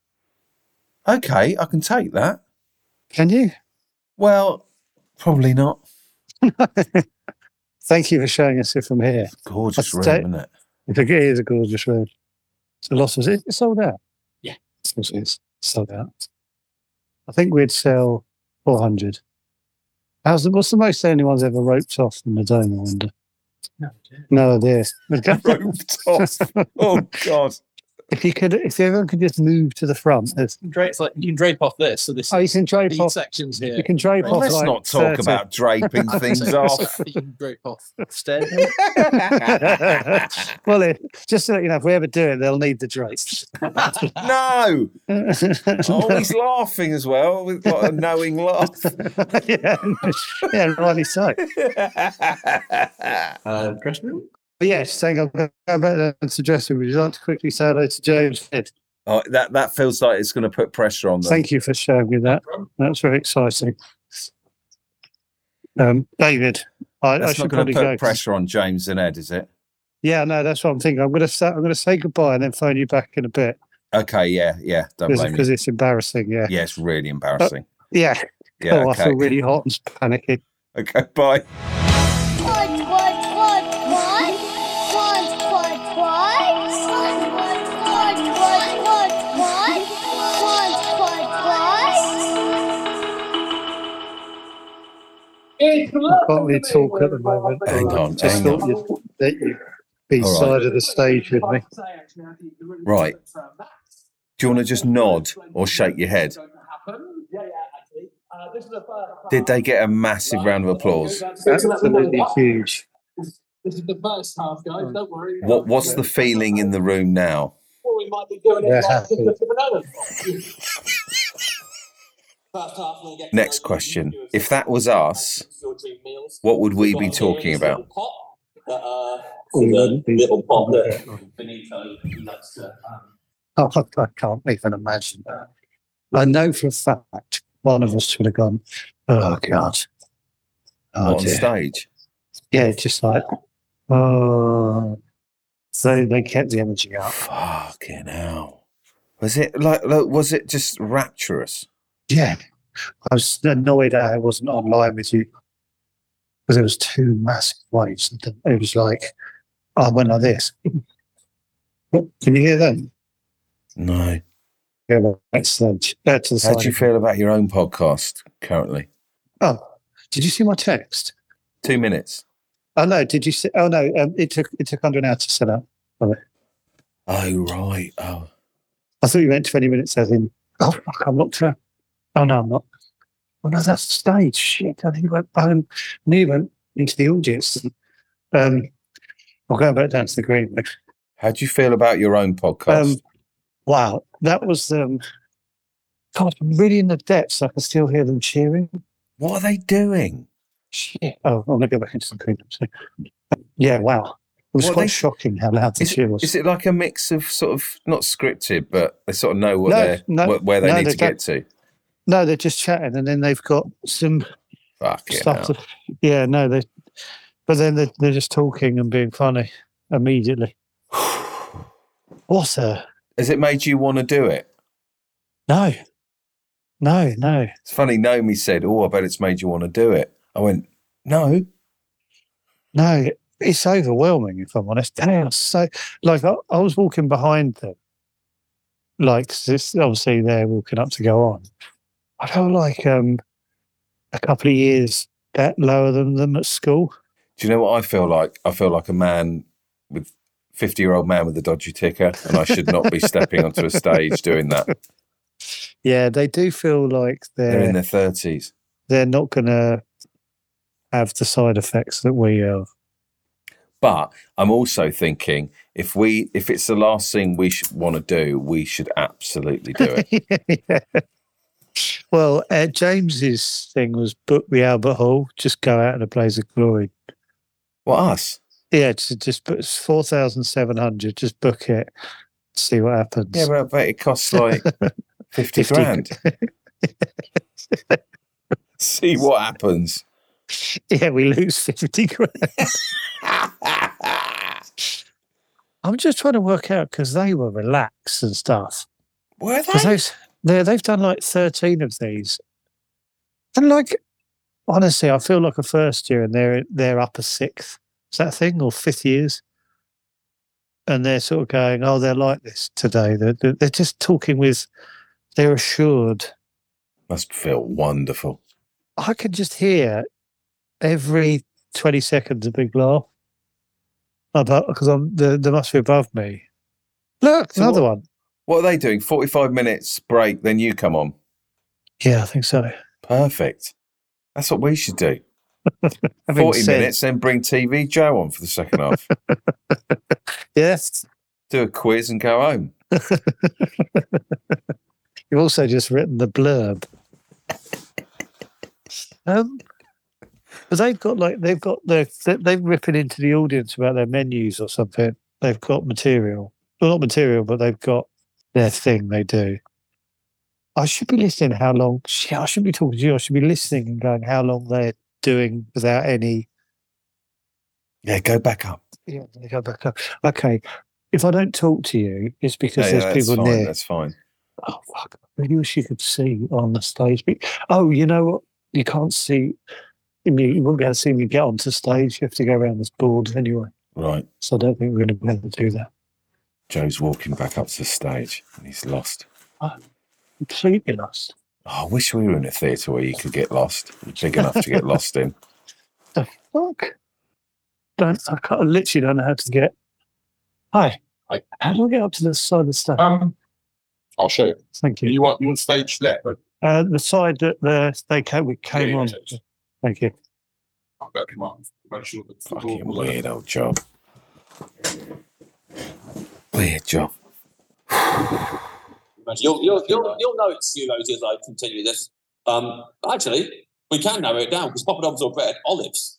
Speaker 4: okay. I can take that.
Speaker 3: Can you?
Speaker 4: Well, probably not.
Speaker 3: Thank you for showing us it from here.
Speaker 4: Gorgeous room,
Speaker 3: That's it.
Speaker 4: isn't it?
Speaker 3: It is a gorgeous road. It's a lot of it. It's sold out.
Speaker 5: Yeah.
Speaker 3: Of course it is. It's sold out. I think we'd sell 400. How's the, what's the most anyone's ever roped off in the dome, I wonder?
Speaker 6: No
Speaker 3: No idea.
Speaker 4: Roped off. Oh God!
Speaker 3: if you could, if everyone could just move to the front. There's,
Speaker 5: Drape's like you can drape off this, so this
Speaker 3: oh, you can drape
Speaker 5: these
Speaker 3: off.
Speaker 5: sections
Speaker 3: You
Speaker 5: here.
Speaker 3: can drape
Speaker 5: Well,
Speaker 3: off.
Speaker 4: Let's
Speaker 3: like
Speaker 4: not talk
Speaker 3: 30.
Speaker 4: about draping things off.
Speaker 5: you can drape off. Instead,
Speaker 3: well, it, just so that you know, if we ever do it, they'll need the drapes.
Speaker 4: No! Oh,
Speaker 3: Always
Speaker 4: he's laughing as well. We've got a knowing laugh.
Speaker 3: yeah, yeah, rightly so.
Speaker 5: uh, dress room.
Speaker 3: But yes, saying I'll go back there and suggest would you like to quickly say hello to James Head?
Speaker 4: oh, that that feels like it's going to put pressure on them.
Speaker 3: Thank you for showing me that. That's very exciting. Um, David, I, I
Speaker 4: That's
Speaker 3: should
Speaker 4: not going
Speaker 3: probably
Speaker 4: to
Speaker 3: go.
Speaker 4: put pressure on James and Ed, is it?
Speaker 3: Yeah, no, that's what I'm thinking. I'm gonna say, I'm gonna say goodbye and then phone you back in a bit
Speaker 4: Okay, yeah, yeah. Don't blame
Speaker 3: because
Speaker 4: me.
Speaker 3: it's embarrassing. Yeah,
Speaker 4: Yeah, it's really embarrassing.
Speaker 3: yeah.
Speaker 4: Yeah,
Speaker 3: oh, I
Speaker 4: okay.
Speaker 3: feel really hot and panicky.
Speaker 4: Okay, bye.
Speaker 8: Quad, quad, quad, quad. Quad, quad, quad. Quad, quad, quad, quad, quad, quad. Quad, quad, quad.
Speaker 3: I can't really talk at the moment.
Speaker 4: Hang on,
Speaker 3: Just
Speaker 4: hang
Speaker 3: thought
Speaker 4: on.
Speaker 3: you'd that you'd be
Speaker 4: All right.
Speaker 3: side of the stage with me.
Speaker 4: Right. Do you want to just nod or shake your head?
Speaker 5: Uh,
Speaker 4: Did they get a massive round of applause?
Speaker 3: Absolutely huge.
Speaker 5: This is the first half, guys. Don't worry.
Speaker 4: What What's the feeling in the room now?
Speaker 5: Well, we might be doing it
Speaker 3: They're
Speaker 5: like
Speaker 3: happy.
Speaker 5: this with another one. First half, we'll get to
Speaker 4: Next
Speaker 5: know you.
Speaker 4: question. If that was us,
Speaker 5: Your dream meals.
Speaker 4: what would we be
Speaker 5: Got
Speaker 4: talking
Speaker 5: this
Speaker 4: about?
Speaker 5: little pot that, uh,
Speaker 3: Oh, you
Speaker 5: the
Speaker 3: wouldn't be-
Speaker 5: little pot that Benito likes to, um,
Speaker 3: Oh, I can't even imagine that. I know for a fact one of us would have gone, oh, God. Oh,
Speaker 4: on
Speaker 3: dear.
Speaker 4: stage?
Speaker 3: Yeah, just like, oh. So they kept the energy up.
Speaker 4: Fucking hell. Was it like, like was it just rapturous?
Speaker 3: Yeah. I was annoyed that I wasn't online with you because there was two massive waves. and then It was like, "Oh, I went like this. Can you hear them?
Speaker 4: No.
Speaker 3: Yeah, well, that's uh, to the
Speaker 4: How
Speaker 3: side.
Speaker 4: do you feel about your own podcast currently?
Speaker 3: oh, did you see my text?
Speaker 4: Two minutes.
Speaker 3: Oh no! Did you see? Oh no! Um, it took it took under an hour to set up.
Speaker 4: Oh right. Oh.
Speaker 3: I thought you meant twenty minutes. As in, oh fuck! I'm not to. Oh no, I'm not. Oh no, that's stage shit. I think it went by and I knew it went into the audience. Um, I'll go back down to the green room.
Speaker 4: How do you feel about your own podcast?
Speaker 3: Um, wow, that was um. God, I'm really in the depths. I can still hear them cheering.
Speaker 4: what are they doing?
Speaker 3: Shit. Oh, I'm gonna go back into the green room. So, yeah, wow. It was
Speaker 4: Well,
Speaker 3: quite
Speaker 4: they-
Speaker 3: shocking how loud the
Speaker 4: Is,
Speaker 3: cheer was.
Speaker 4: is it like a mix of sort of not scripted, but they sort of know what
Speaker 3: No,
Speaker 4: they're
Speaker 3: no,
Speaker 4: wh- where they
Speaker 3: no,
Speaker 4: need
Speaker 3: they
Speaker 4: to get to?
Speaker 3: no, they're just chatting, and then they've got some
Speaker 4: Fuck it.
Speaker 3: stuff. to- yeah, no, they. But then they're, they're just talking and being funny immediately. what a
Speaker 4: Has it made you want to do it?
Speaker 3: No. No, no.
Speaker 4: It's funny. Naomi said, "Oh, I bet it's made you want to do it." I went, "No,
Speaker 3: No, it's overwhelming if I'm honest. They are so like I, I was walking behind them, like 'cause it's obviously they're walking up to go on. I felt like um a couple of years that lower than them at school.
Speaker 4: Do you know what I feel like? I feel like a man with fifty-year-old man with a dodgy ticker, and I should not be stepping onto a stage doing that.
Speaker 3: Yeah, they do feel like
Speaker 4: They're in
Speaker 3: they're
Speaker 4: their thirties.
Speaker 3: they're not gonna have the side effects that we have.
Speaker 4: But I'm also thinking if we if it's the last thing we should want to do, we should absolutely do it.
Speaker 3: Yeah. Well, uh, James's thing was book the Albert Hall, just go out and a blaze of glory.
Speaker 4: What us?
Speaker 3: Yeah, to just book four thousand seven hundred. Just book it, see what happens.
Speaker 4: Yeah, but I bet it costs like fifty
Speaker 3: 50.
Speaker 4: grand. See what happens.
Speaker 3: yeah, we lose fifty grand. I'm just trying to work out because they were relaxed and stuff.
Speaker 4: Were
Speaker 3: 'Cause
Speaker 4: they?
Speaker 3: they've they they've done like thirteen of these, and like honestly, I feel like a first year and they're they're up a sixth. Is that a thing or fifth years? And they're sort of going, oh, they're like this today. They're, they're they're just talking with, they're assured.
Speaker 4: Must feel wonderful.
Speaker 3: I can just hear every 20 seconds a big laugh. About because I'm the there must be above me. Look,
Speaker 4: So
Speaker 3: another
Speaker 4: what-
Speaker 3: one.
Speaker 4: What are they doing? Forty-five minutes break, then you come on.
Speaker 3: Yeah, I think so.
Speaker 4: Perfect. That's what we should do.
Speaker 3: Having
Speaker 4: Forty
Speaker 3: said-
Speaker 4: minutes, then bring TV Joe on for the second half.
Speaker 3: Yes.
Speaker 4: do a quiz and go home.
Speaker 3: You've also just written the blurb. um, but they've got like they've got the they- they're ripping into the audience about their menus or something. They've got material, well, not material, but they've got their thing they do. I should be listening. How long? Shit, I should be talking to you. I should be listening and going how long they're doing without any.
Speaker 4: Yeah, go back up.
Speaker 3: Yeah, they go back up. Okay, if I don't talk to you, it's because
Speaker 4: Yeah, yeah,
Speaker 3: there's
Speaker 4: that's
Speaker 3: people
Speaker 4: fine.
Speaker 3: near.
Speaker 4: That's fine.
Speaker 3: Oh fuck! I really wish you could see on the stage. But, oh, you know what? You can't see. I mean, you won't be able to see me get onto stage. You have to go around this board anyway.
Speaker 4: Right.
Speaker 3: So I don't think we're going to be able to do that.
Speaker 4: Joe's walking back up to the stage and he's lost.
Speaker 3: Completely lost.
Speaker 4: Oh, I wish we were in a theatre where you could get lost, big enough to get lost in.
Speaker 3: The fuck? Don't I, can't, I literally don't know how to get. Hi.
Speaker 9: Hi.
Speaker 3: How do I get up to the side of the stage?
Speaker 9: Um, I'll show you.
Speaker 3: Thank you.
Speaker 9: You want you want stage left? But
Speaker 3: Uh, the side that the, they came, we came
Speaker 9: Yeah,
Speaker 3: on.
Speaker 9: yeah.
Speaker 3: Thank you.
Speaker 9: I'll go come on. Make sure that the
Speaker 4: Fucking
Speaker 9: door-
Speaker 4: weird old job. Weird job.
Speaker 5: You'll, you'll, you'll, you'll know it's you, Rosie, as I continue this. Um, actually, we can narrow it down because poppadoms or bread, olives.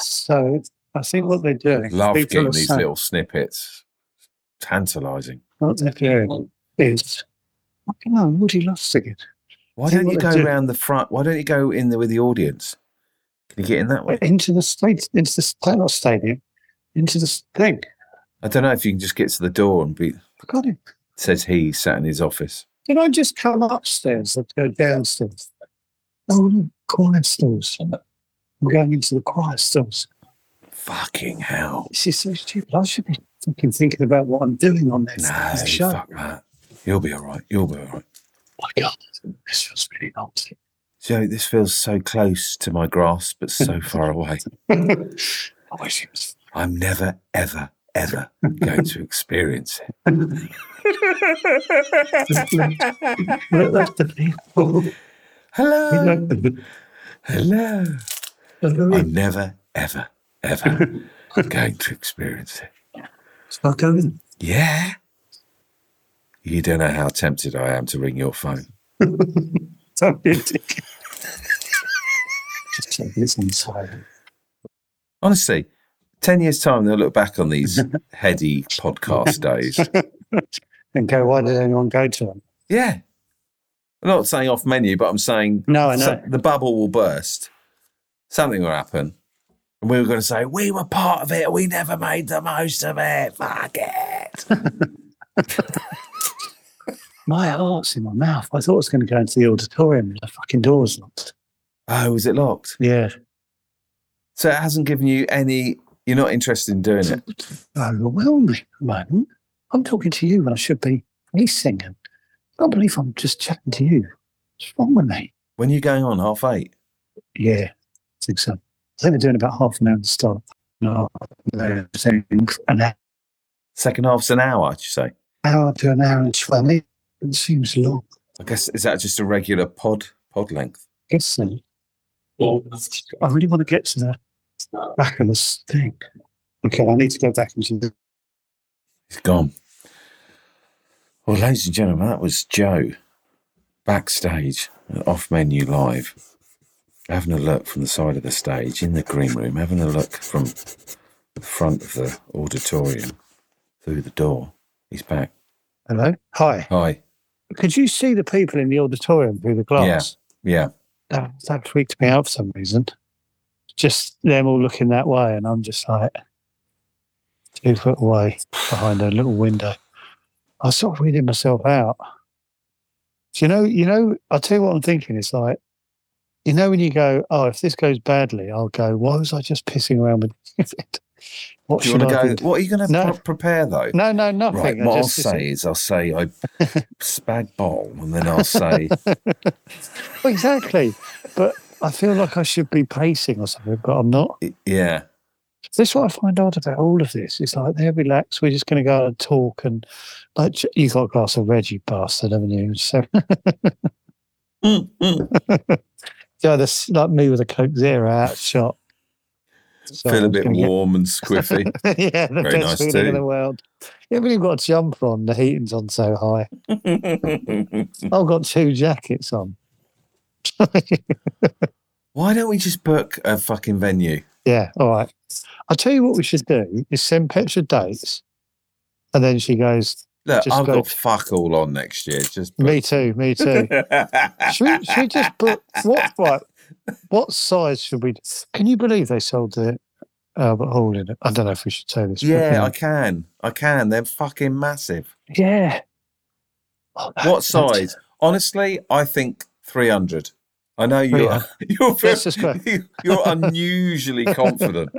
Speaker 3: So I think what they're doing.
Speaker 4: Love
Speaker 3: people
Speaker 4: getting
Speaker 3: are
Speaker 4: these
Speaker 3: saying-
Speaker 4: little snippets. Tantalising.
Speaker 3: What they're doing is, fucking hell, Woody lost again.
Speaker 4: Why
Speaker 3: See
Speaker 4: don't
Speaker 3: what
Speaker 4: you
Speaker 3: they
Speaker 4: go
Speaker 3: do.
Speaker 4: round the front? Why don't you go in there with the audience? Can you get in that way?
Speaker 3: Into the state, into the sta- not stadium, into the thing.
Speaker 4: I don't know if you can just get to the door and be.
Speaker 3: I got him.
Speaker 4: Says he sat in his office.
Speaker 3: Did I just come upstairs? Let's go downstairs. Oh, look, choir stalls. We're going into the choir stalls.
Speaker 4: Fucking hell!
Speaker 3: This is so stupid. I should be fucking thinking about what I'm doing on this
Speaker 4: No,
Speaker 3: show.
Speaker 4: fuck that. You'll be all right. You'll be all right.
Speaker 3: My God, this feels really naughty.
Speaker 4: Joe, this feels so close to my grasp, but so far away.
Speaker 3: I wish it was.
Speaker 4: I'm never, ever, ever going to experience it.
Speaker 3: Look, that's the people.
Speaker 4: Hello.
Speaker 3: You
Speaker 4: Hello.
Speaker 3: know,
Speaker 4: I'm never, ever, ever going to experience it.
Speaker 3: I'll go in.
Speaker 4: Yeah. You don't know how tempted I am to ring your phone.
Speaker 3: Don't be a dick. Just take this inside.
Speaker 4: Honestly, 10 years' time, they'll look back on these heady podcast days.
Speaker 3: and go, why did anyone go to them?
Speaker 4: Yeah. I'm not saying off menu, but I'm saying
Speaker 3: No, I know.
Speaker 4: so- the bubble will burst. Something will happen. And we were going to say, we were part of it. We never made the most of it. Fuck it.
Speaker 3: My heart's in my mouth. I thought I was going to go into the auditorium. The fucking door was locked.
Speaker 4: Oh, was it locked?
Speaker 3: Yeah.
Speaker 4: So it hasn't given you any. You're not interested in doing it.
Speaker 3: Overwhelming at the moment. I'm talking to you when I should be facing and I can't believe I'm just chatting to you. What's wrong with me?
Speaker 4: When are you going on? Half eight?
Speaker 3: Yeah, I think so. I think they're doing about half an hour to start. No, no, I think an hour,
Speaker 4: Second half's an hour, did you say?
Speaker 3: hour to an hour and 20. It seems long.
Speaker 4: I guess, is that just a regular pod pod length?
Speaker 3: I guess so. I really want to get to the back of this thing. Okay, I need to go back into the.
Speaker 4: He's gone. Well, ladies and gentlemen, that was Joe backstage at Off Menu Live, having a look from the side of the stage in the green room, having a look from the front of the auditorium through the door. He's back.
Speaker 3: Hello? Hi.
Speaker 4: Hi.
Speaker 3: Could you see the people in the auditorium through the glass?
Speaker 4: Yeah.
Speaker 3: That, that freaked me out for some reason. Just them all looking that way, and I'm just like two foot away behind a little window. I was sort of reading myself out. Do you know, you know, I'll tell you what I'm thinking. It's like, you know, when you go, oh, if this goes badly, I'll go, why was I just pissing around with it? What
Speaker 4: Do you
Speaker 3: should
Speaker 4: want
Speaker 3: I
Speaker 4: to
Speaker 3: have
Speaker 4: go?
Speaker 3: been-
Speaker 4: What are you going to
Speaker 3: No.
Speaker 4: prepare though?
Speaker 3: No, no, nothing.
Speaker 4: Right,
Speaker 3: I
Speaker 4: what I'll
Speaker 3: just-
Speaker 4: say is I'll say I spag bowl, and then I'll say
Speaker 3: Well, exactly. But I feel like I should be pacing or something, but I'm not.
Speaker 4: yeah.
Speaker 3: This is what I find odd about all of this. It's like they're relaxed. We're just going to go out and talk. And like, "J- you got a glass of red, you bastard, haven't you? So,
Speaker 4: Mm, mm.
Speaker 3: yeah, this like me with a Coke Zero out shot. So
Speaker 4: Feel a
Speaker 3: I'm
Speaker 4: bit
Speaker 3: gonna get-
Speaker 4: warm and squiffy.
Speaker 3: yeah, the
Speaker 4: Very
Speaker 3: best
Speaker 4: nice
Speaker 3: feeling in
Speaker 4: too.
Speaker 3: the world. You haven't even got a jumper on. The heating's on so high. I've got two jackets on.
Speaker 4: Why don't we just book a fucking venue?
Speaker 3: Yeah, all right. I'll tell you what we should do is send Petra dates. And then she goes,
Speaker 4: Look,
Speaker 3: Just
Speaker 4: I've
Speaker 3: go
Speaker 4: got
Speaker 3: to-
Speaker 4: fuck all on next year. Just
Speaker 3: Me too, me too. should, we, should we just book what right, what size should we can you believe they sold the Albert Hall in it? I don't know if we should say this. but,
Speaker 4: yeah, I
Speaker 3: know.
Speaker 4: can. I can. They're fucking massive.
Speaker 3: yeah. Oh, that-
Speaker 4: What
Speaker 3: that's-
Speaker 4: size? Honestly, I think 300. I know you
Speaker 3: Yeah.
Speaker 4: are. You're,
Speaker 3: Let's just go.
Speaker 4: very, you're unusually confident.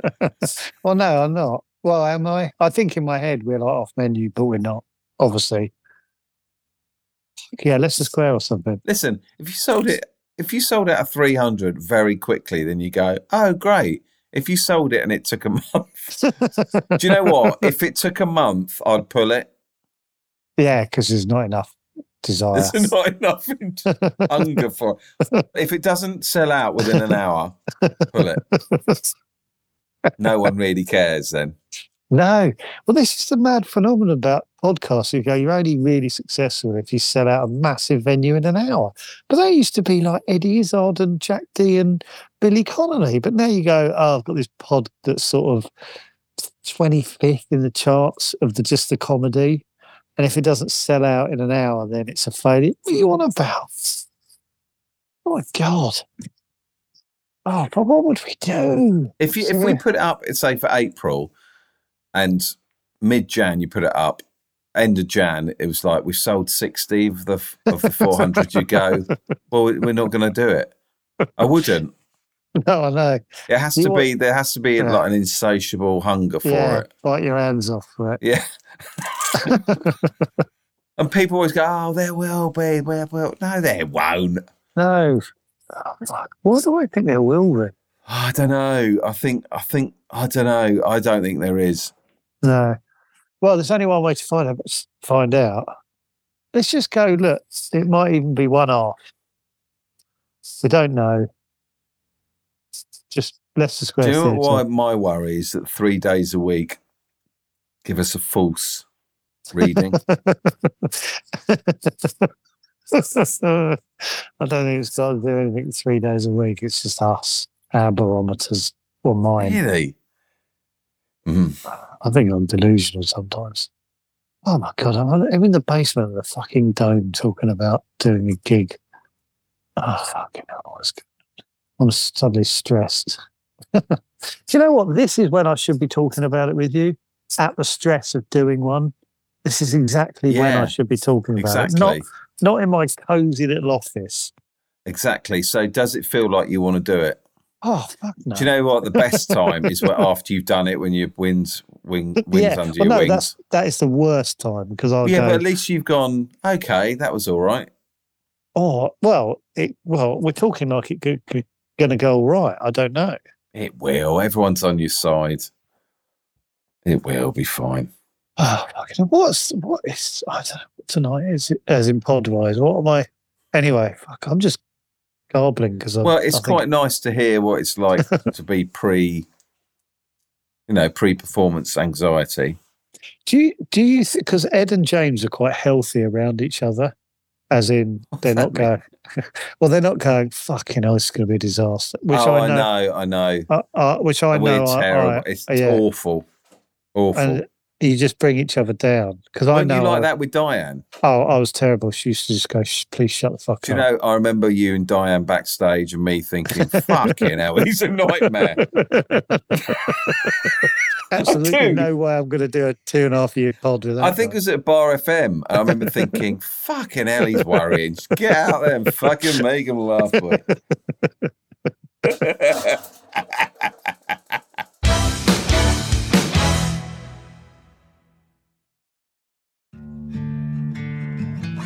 Speaker 3: Well no, I'm not. Well am I? I think in my head we're like off menu, but we're not, obviously. Yeah, let's just square or something.
Speaker 4: Listen, if you sold it, if you sold it at 300 very quickly, then you go, oh, great. If you sold it and it took a month, do you know what? If it took a month, I'd pull it.
Speaker 3: Yeah, because there's not enough desire.
Speaker 4: There's not enough in- hunger for it. If it doesn't sell out within an hour, pull it. No one really cares then.
Speaker 3: No. Well, this is the mad phenomenon about podcasts. You go, you're only really successful if you sell out a massive venue in an hour. But they used to be like Eddie Izzard and Jack D and Billy Connolly. But now you go, oh, I've got this pod that's sort of 25th in the charts of the just the comedy. And if it doesn't sell out in an hour, then it's a failure. What are you on about? Oh, my God. Oh, but what would we do?
Speaker 4: If you, if we
Speaker 3: Yeah.
Speaker 4: put it up, say for April and mid Jan, you put it up. End of Jan, it was like we sold sixty of the of the four hundred. you go, well, we're not going to do it. I wouldn't.
Speaker 3: No, I know.
Speaker 4: It has
Speaker 3: You
Speaker 4: to
Speaker 3: want-
Speaker 4: be. There has to be
Speaker 3: Yeah.
Speaker 4: like an insatiable hunger for
Speaker 3: yeah,
Speaker 4: it.
Speaker 3: bite your hands off for it.
Speaker 4: Yeah. and people always go, "Oh, there will be, there will." No, there won't.
Speaker 3: No. Oh, fuck. Why do I think there will be?
Speaker 4: I don't know. I think. I think. I don't know. I don't think there is.
Speaker 3: No. Well, there's only one way to find out. Find out. Let's just go. Look, it might even be one half. We don't know. Just let's the square.
Speaker 4: Do you know
Speaker 3: theatre.
Speaker 4: what my worry is? That three days a week give us a false reading.
Speaker 3: I don't think it's got to do anything three days a week. It's just us, our barometers, or mine.
Speaker 4: really? Mm.
Speaker 3: I think I'm delusional sometimes. Oh my god, I'm, I'm in the basement of the fucking dome talking about doing a gig. Oh fucking hell, it's good. I'm suddenly stressed. Do you know what? This is when I should be talking about it with you. At the stress of doing one, This is exactly when
Speaker 4: Yeah.
Speaker 3: I should be talking about it. Not,
Speaker 4: Exactly.
Speaker 3: not in my cozy little office.
Speaker 4: Exactly. So does it feel like you want to do it?
Speaker 3: Oh, fuck no.
Speaker 4: Do you know what the best time is? Where after you've done it, when your wings wing, wings
Speaker 3: yeah.
Speaker 4: under
Speaker 3: well,
Speaker 4: your
Speaker 3: no,
Speaker 4: wings.
Speaker 3: That's, that is the worst time because I'll
Speaker 4: yeah,
Speaker 3: go,
Speaker 4: but at least you've gone. Okay, that was all right.
Speaker 3: oh, well, it, well, we're talking like it's going to go all right. I don't know.
Speaker 4: It will. Everyone's on your side. It will be fine.
Speaker 3: Oh, fucking hell. what's what is I don't know what tonight is as in podwise. What am I? Anyway, fuck, I'm just garbling because
Speaker 4: Well, it's quite nice to hear what it's like to be pre, you know, pre-performance anxiety.
Speaker 3: Do you do you because Ed and James are quite healthy around each other, as in they're not going. well, they're not going. Fucking hell, this is going to be a disaster. Which
Speaker 4: oh,
Speaker 3: I know.
Speaker 4: I know.
Speaker 3: Uh, uh, which I
Speaker 4: We're
Speaker 3: know. I-
Speaker 4: terrible.
Speaker 3: I-
Speaker 4: it's
Speaker 3: yeah.
Speaker 4: awful. Awful.
Speaker 3: And you just bring each other down because I
Speaker 4: Weren't
Speaker 3: know.
Speaker 4: you like
Speaker 3: I,
Speaker 4: that with Diane?
Speaker 3: Oh, I was terrible. She used to just go, "Shh, "Please shut the fuck
Speaker 4: Do you
Speaker 3: up."
Speaker 4: know, I remember you and Diane backstage and me thinking, fucking hell, he's a nightmare.
Speaker 3: Absolutely
Speaker 4: Dude.
Speaker 3: no way I'm going to do a two and a half year pod with that.
Speaker 4: I think it was at Bar FM. And I remember thinking, fucking hell, he's worrying. Just get out there and fucking make him laugh, boy.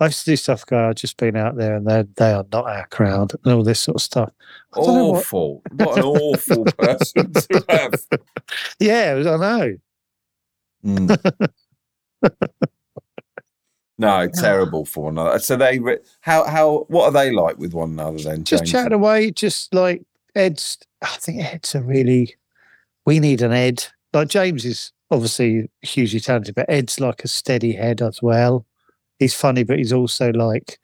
Speaker 3: I used to do stuff. Go, I've just been out there, and they they are not our crowd, and all this sort of stuff. I don't know what-
Speaker 4: awful. What... an awful person to have.
Speaker 3: Yeah, it was- I know. Mm.
Speaker 4: No, terrible for one another. So they, re- how, how, what are they like with one another then?
Speaker 3: Just
Speaker 4: James?
Speaker 3: chatting away, just like Ed's. I think Ed's a really. We need an Ed. Like James is obviously hugely talented, but Ed's like a steady head as well. He's funny, but he's also like,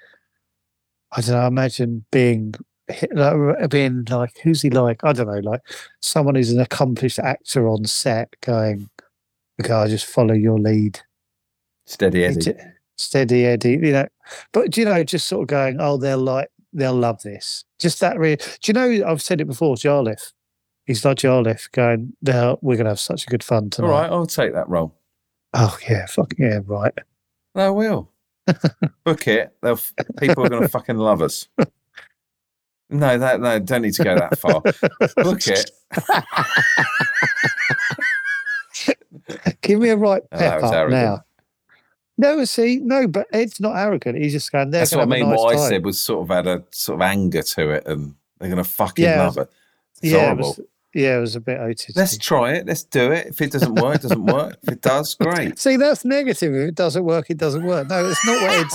Speaker 3: I don't know. I imagine being hit- like, being like, who's he like? I don't know, like someone who's an accomplished actor on set, going, "Okay, I'll just follow your lead."
Speaker 4: Steady
Speaker 3: It's-
Speaker 4: Eddie.
Speaker 3: steady Eddie, you know. But do you know, just sort of going, oh, they'll like, they'll love this. Just that really. Do you know? I've said it before, Jarliffe. He's like Jarliffe, going, no, we're gonna have such a good fun
Speaker 4: All
Speaker 3: tonight.
Speaker 4: right, I'll take that role.
Speaker 3: Oh yeah, fuck yeah, right.
Speaker 4: They will. Book it. They'll, f- people are going to fucking love us. No, that no, don't need to go that far. Book it.
Speaker 3: Give me a right
Speaker 4: Oh, that
Speaker 3: pep
Speaker 4: was
Speaker 3: up
Speaker 4: arrogant.
Speaker 3: now. No, see, no, but Ed's not arrogant. He's just going. They're
Speaker 4: That's what I
Speaker 3: gonna
Speaker 4: mean.
Speaker 3: have a nice
Speaker 4: what I
Speaker 3: time.
Speaker 4: said was sort of had a sort of anger to it, and they're going to fucking
Speaker 3: Yeah.
Speaker 4: love it. It's
Speaker 3: yeah, it
Speaker 4: horrible.
Speaker 3: was, yeah, it was a bit otis.
Speaker 4: Let's try it. Let's do it. If it doesn't work, it doesn't work. If it does, great.
Speaker 3: See, that's negative. If it doesn't work, it doesn't work. No, it's not what Ed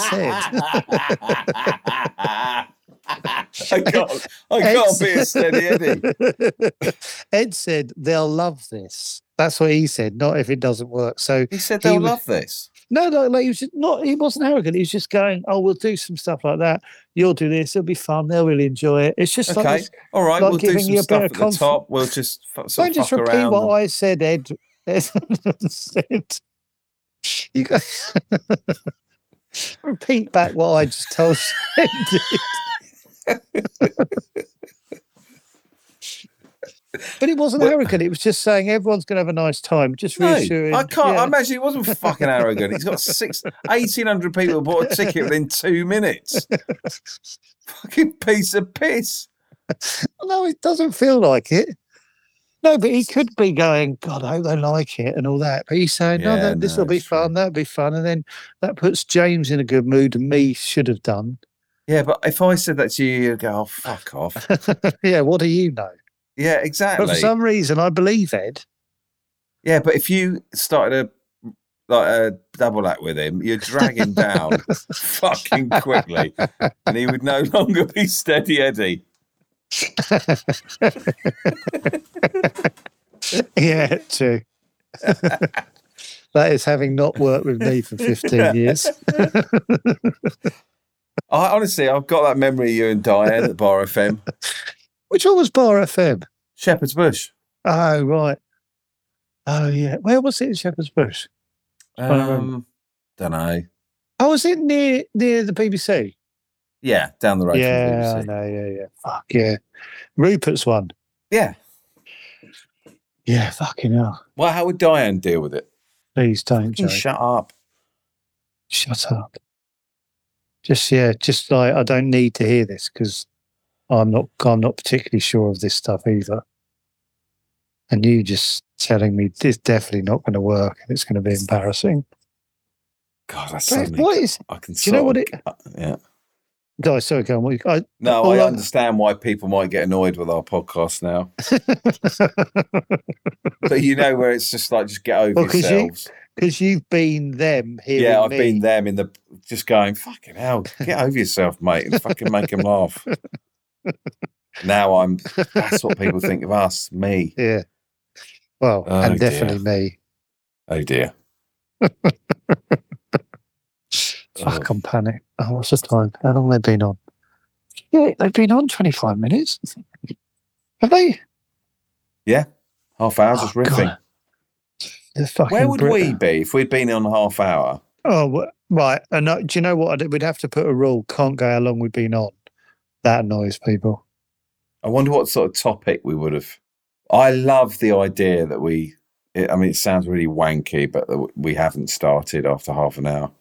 Speaker 4: I
Speaker 3: said.
Speaker 4: can't, I can't be a steady Eddie.
Speaker 3: Ed said they'll love this. That's what he said, not if it doesn't work. So
Speaker 4: he said they'll
Speaker 3: was-
Speaker 4: love this.
Speaker 3: No, no, like he was just not. He wasn't arrogant. He was just going, "Oh, we'll do some stuff like that. You'll do this. It'll be fun. They'll really enjoy it." It's just
Speaker 4: okay.
Speaker 3: like this-
Speaker 4: All right.
Speaker 3: like
Speaker 4: we'll do
Speaker 3: giving
Speaker 4: some
Speaker 3: you a
Speaker 4: stuff
Speaker 3: bit
Speaker 4: at
Speaker 3: of
Speaker 4: the
Speaker 3: conf-
Speaker 4: top. We'll just f- sort
Speaker 3: Don't
Speaker 4: of
Speaker 3: just
Speaker 4: fuck
Speaker 3: repeat
Speaker 4: around.
Speaker 3: what
Speaker 4: and-
Speaker 3: I said, Ed. Ed said. You guys repeat back what I just told Ed. did. But it wasn't arrogant. It was just saying everyone's going to have a nice time. Just
Speaker 4: No,
Speaker 3: reassuring.
Speaker 4: I can't.
Speaker 3: yeah.
Speaker 4: I imagine he wasn't fucking arrogant. He's got six, 1,800 people bought a ticket within two minutes. fucking piece of piss.
Speaker 3: No, it doesn't feel like it. No, but he could be going, God, I hope they like it and all that. But he's saying, no,
Speaker 4: Yeah,
Speaker 3: that, this
Speaker 4: no,
Speaker 3: will be fun. That'll be fun. And then that puts James in a good mood and me should have done.
Speaker 4: Yeah, but if I said that to you, you'd go, oh, fuck off.
Speaker 3: yeah, what do you know?
Speaker 4: Yeah, exactly.
Speaker 3: But for some reason, I believe Ed.
Speaker 4: Yeah, but if you started a like a double act with him, you'd drag him down fucking quickly, and he would no longer be steady Eddie.
Speaker 3: yeah, true. that is having not worked with me for 15 years.
Speaker 4: I honestly, I've got that memory of you and Diane at Bar FM,
Speaker 3: Which one was Bar FM?
Speaker 4: Shepherd's Bush.
Speaker 3: Oh, right. Oh, yeah. Where was it in Shepherd's Bush? Trying to remember.
Speaker 4: Um, don't know.
Speaker 3: oh, was it near near the BBC?
Speaker 4: Yeah, down the road.
Speaker 3: yeah,
Speaker 4: from
Speaker 3: I
Speaker 4: BBC.
Speaker 3: know, yeah, yeah. Fuck yeah. Rupert's one.
Speaker 4: Yeah.
Speaker 3: Yeah, fucking hell.
Speaker 4: Well, how would Diane deal with it?
Speaker 3: Please don't, Joe.
Speaker 4: Shut up.
Speaker 3: Shut up. Just yeah, just like I don't need to hear this because I'm not I'm not particularly sure of this stuff either. And you just telling me this is definitely not going to work and it's going to be embarrassing.
Speaker 4: God, that's
Speaker 3: But
Speaker 4: suddenly.
Speaker 3: what is?
Speaker 4: I can.
Speaker 3: Do you know
Speaker 4: sort
Speaker 3: what
Speaker 4: of
Speaker 3: it?
Speaker 4: cut- Yeah.
Speaker 3: No, sorry, go on. what you- I,
Speaker 4: No,
Speaker 3: all
Speaker 4: I understand why people might get annoyed with our podcast now. but you know where it's just like just get over
Speaker 3: Well, 'cause you-
Speaker 4: yourselves.
Speaker 3: because you've been them here.
Speaker 4: yeah, I've been them in the just going fucking hell, get over yourself, mate, and fucking make them laugh. Now I'm. That's what people think of us. Me.
Speaker 3: Yeah. Well,
Speaker 4: Oh,
Speaker 3: and
Speaker 4: dear.
Speaker 3: definitely me.
Speaker 4: Oh dear.
Speaker 3: Fuck, I'm panicked. Oh, what's the time? How long have they been on? Yeah, they've been on 25 minutes. Have they?
Speaker 4: Yeah. Half hours just riffing.
Speaker 3: The fucking
Speaker 4: Where would
Speaker 3: Brit-
Speaker 4: we be if we'd been on half hour?
Speaker 3: Oh, wha- right. And uh, do you know what? I'd- We'd have to put a rule. Can't go how long we've been on. That annoys people.
Speaker 4: I wonder what sort of topic we would have. I love the idea that we. It, I mean, it sounds really wanky, but that we haven't started after half an hour,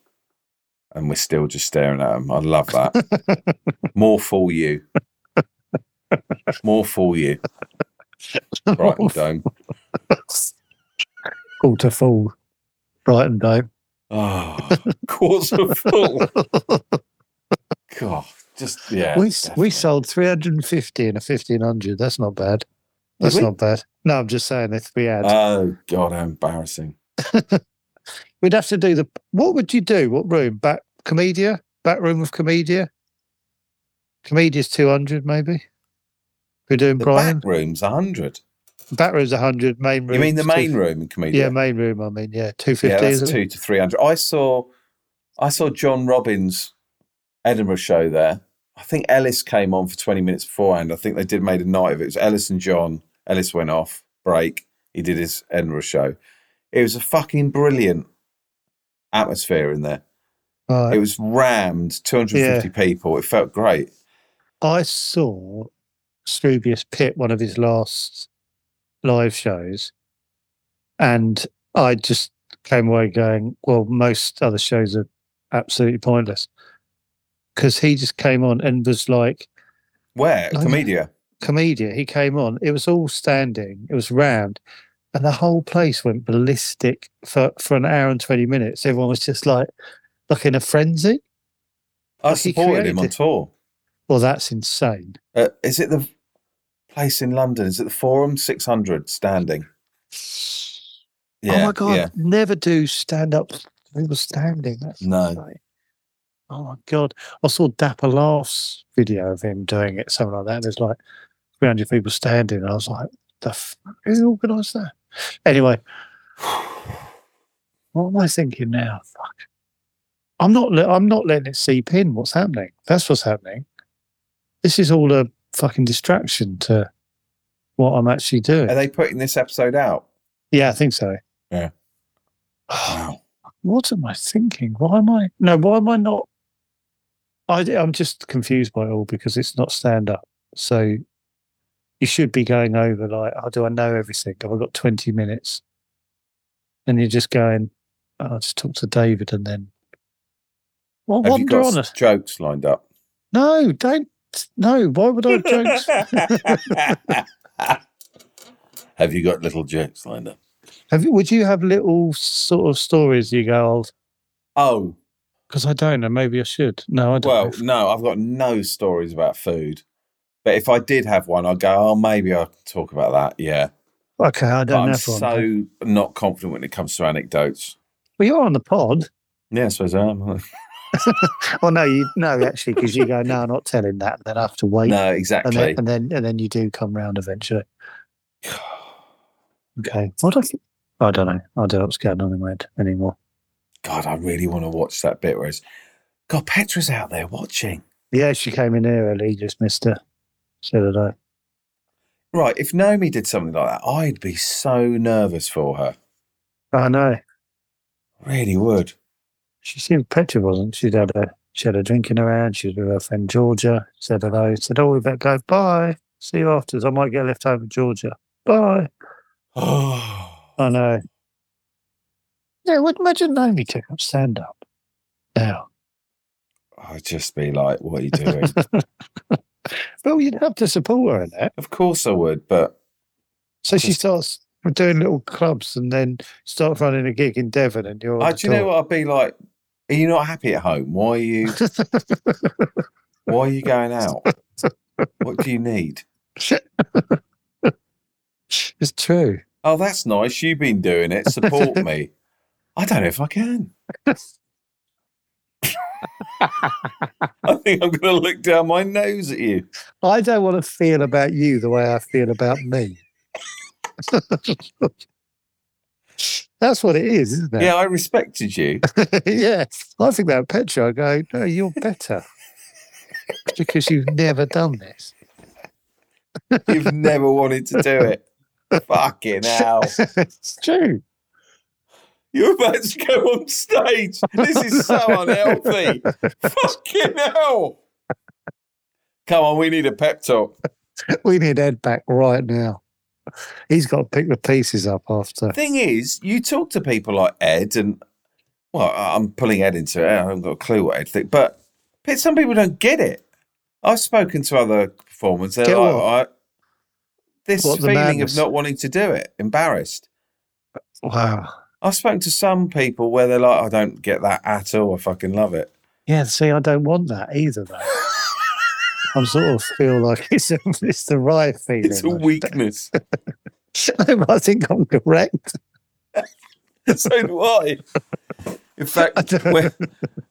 Speaker 4: and we're still just staring at them. I love that. More fool you. More fool you. Brighton Dome.
Speaker 3: Quarter full. Brighton Dome.
Speaker 4: Oh, quarter full. God, just yeah.
Speaker 3: we, s- we sold 350 in a 1500. That's not bad. That's
Speaker 4: we?
Speaker 3: not bad. No, I'm just saying if we had.
Speaker 4: Oh God, how embarrassing.
Speaker 3: We'd have to do the. What would you do? What room? Back comedia? Back room of comedia? Comedia's 200, maybe? We're doing
Speaker 4: The
Speaker 3: Brian.
Speaker 4: back room's hundred.
Speaker 3: Back room's 100. Main room.
Speaker 4: You mean the main room in Comedia?
Speaker 3: Yeah, main room. I mean, yeah, 250.
Speaker 4: Yeah, that's
Speaker 3: isn't
Speaker 4: two
Speaker 3: it?
Speaker 4: to three hundred. I saw, I saw John Robbins' Edinburgh show there. I think Ellis came on for twenty minutes beforehand. I think they did made a night of it. It was Ellis and John. Ellis went off break. He did his Edinburgh show. It was a fucking brilliant atmosphere in there.
Speaker 3: Right.
Speaker 4: It was rammed. Two hundred and fifty people. It felt great.
Speaker 3: I saw Scroobius Pitt, one of his last live shows, and I just came away going, well, most other shows are absolutely pointless. Because he just came on and was like,
Speaker 4: Where
Speaker 3: Blimey.
Speaker 4: Comedia?
Speaker 3: comedian. He came on. It was all standing. It was round, and the whole place went ballistic for for an hour and twenty minutes. Everyone was just like, like in a frenzy.
Speaker 4: I
Speaker 3: Like, he
Speaker 4: supported him on
Speaker 3: created-
Speaker 4: tour.
Speaker 3: Well, that's insane.
Speaker 4: Uh, is it the place in London? Is it the Forum six hundred standing?
Speaker 3: oh my god! Never do stand up. People standing. That's
Speaker 4: No.
Speaker 3: insane. Oh my god! I saw Dapper Laughs video of him doing it, something like that. There's like 300 people standing, and I was like, "The f- who organised that?" Anyway, what am I thinking now? Fuck! I'm not. le- I'm not letting it seep in. What's happening? That's what's happening. This is all a fucking distraction to what I'm actually doing.
Speaker 4: Are they putting this episode out?
Speaker 3: Yeah, I think so.
Speaker 4: Yeah.
Speaker 3: Wow. What am I thinking? Why am I? No, why am I not? I, I'm just confused by it all because it's not stand up. So you should be going over like, oh, do I know everything? Have I got 20 minutes? And you're just going, oh, I'll just talk to David and then. Well,
Speaker 4: Have you
Speaker 3: wander
Speaker 4: got
Speaker 3: on
Speaker 4: s- jokes lined up?
Speaker 3: No, don't. No, why would I have jokes?
Speaker 4: Have you got little jokes lined up?
Speaker 3: have you, would you have little sort of stories you go,
Speaker 4: oh,
Speaker 3: because I don't know, maybe I should. No, I don't.
Speaker 4: Well, no, I've got no stories about food. But if I did have one, I'd go, oh, maybe I'll talk about that. Yeah.
Speaker 3: okay, I
Speaker 4: But
Speaker 3: don't
Speaker 4: I'm
Speaker 3: have one.
Speaker 4: so not confident when it comes to anecdotes.
Speaker 3: Well, you're on the pod.
Speaker 4: Yeah, I suppose I am.
Speaker 3: well, Oh, no, you no, actually, because you go, no, I'm not telling that. Then I have to wait.
Speaker 4: No,
Speaker 3: And
Speaker 4: exactly.
Speaker 3: then, and then and then you do come round eventually.
Speaker 4: e-
Speaker 3: Okay. What I think? I don't know. I don't know what's going on in my head anymore.
Speaker 4: God, I really want to watch that bit where it's, God, Petra's out there watching.
Speaker 3: Yeah, she came in here early, just missed her. So did I.
Speaker 4: Right. If Naomi did something like that, I'd be so nervous for her.
Speaker 3: I know.
Speaker 4: Really would.
Speaker 3: She seemed petra, wasn't she? She'd had a she had a drink in her hand. She was with her friend Georgia. Said hello. Said, "Oh, we better go. Bye. See you afterwards. I might get left over, Georgia. Bye."
Speaker 4: Oh,
Speaker 3: I know. Yeah, would imagine Naomi took up stand up. Now,
Speaker 4: I'd just be like, what are you doing?
Speaker 3: well, you'd have to support her in that.
Speaker 4: of course I would, but
Speaker 3: So she starts doing little clubs and then starts running a gig in Devon, and you're. on the
Speaker 4: I, Ah, do you know
Speaker 3: tour.
Speaker 4: what I'd be like? Are you not happy at home? Why are you? why are you going out? What do you need?
Speaker 3: It's true.
Speaker 4: Oh, that's nice. You've been doing it. Support me. I don't know if I can. I think I'm going to look down my nose at you.
Speaker 3: I don't want to feel about you the way I feel about me. That's what it is, isn't it?
Speaker 4: Yeah, I respected you.
Speaker 3: yeah. I think about Petra. I go, no, you're better because you've never done this.
Speaker 4: You've never wanted to do it. Fucking hell.
Speaker 3: it's true.
Speaker 4: You're about to go on stage. This is so unhealthy. Fucking hell. Come on, we need a pep talk.
Speaker 3: We need Ed back right now. He's got to pick the pieces up after.
Speaker 4: Thing is, you talk to people like Ed, and well, I- I'm pulling Ed into it. I haven't got a clue what Ed thinks, but, but some people don't get it. I've spoken to other performers. They're
Speaker 3: Get
Speaker 4: like,
Speaker 3: what?
Speaker 4: I, this
Speaker 3: What, the
Speaker 4: feeling
Speaker 3: madness?
Speaker 4: of not wanting to do it, embarrassed.
Speaker 3: Wow.
Speaker 4: I've spoken to some people where they're like, I don't get that at all. I fucking love it.
Speaker 3: Yeah, see, I don't want that either, though. I'm sort of feel like it's, a, it's the right feeling.
Speaker 4: It's a weakness.
Speaker 3: I think I'm correct.
Speaker 4: so do I. In fact, when,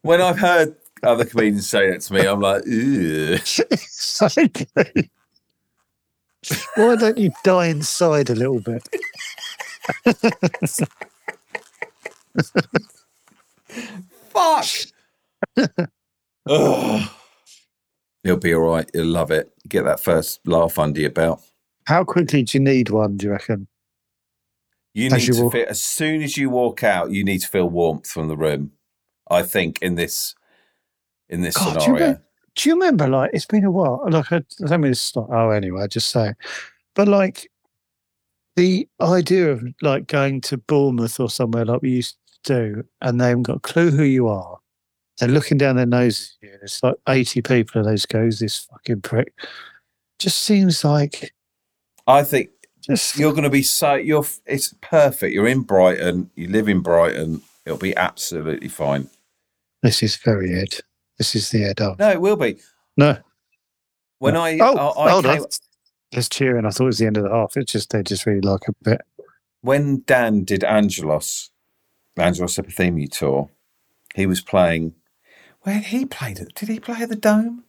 Speaker 4: when I've heard other comedians say that to me, I'm like, Ew.
Speaker 3: Okay. Why don't you die inside a little bit?
Speaker 4: fuck. Ugh. You'll be all right. You'll love it. Get that first laugh under your belt.
Speaker 3: How quickly do you need one, do you reckon?
Speaker 4: You
Speaker 3: As
Speaker 4: need
Speaker 3: you
Speaker 4: to
Speaker 3: walk-
Speaker 4: feel, as soon as you walk out, you need to feel warmth from the room. I think in this in this
Speaker 3: God, do you,
Speaker 4: scenario.
Speaker 3: remember, do you remember, like, it's been a while. Like, I, I don't mean to start. Oh, anyway, I just say it. But, like, the idea of, like, going to Bournemouth or somewhere like we used to do, and they haven't got a clue who you are. They're looking down their noses at you. and It's like 80 people, and those goes, this fucking prick. Just seems like,
Speaker 4: I think
Speaker 3: Just-
Speaker 4: you're going to be so you're f- it's perfect. You're in Brighton. You live in Brighton. It'll be absolutely fine.
Speaker 3: this is very Ed. This is the Ed of.
Speaker 4: No, it will be.
Speaker 3: No.
Speaker 4: When I uh,
Speaker 3: oh,
Speaker 4: I, I
Speaker 3: hold
Speaker 4: came-
Speaker 3: on. It's cheering. I thought it was the end of the half. It's just, they just really like a bit.
Speaker 4: when Dan did Angelos, Angelos Epithemu tour, he was playing. Where he played it? Did he play at the Dome?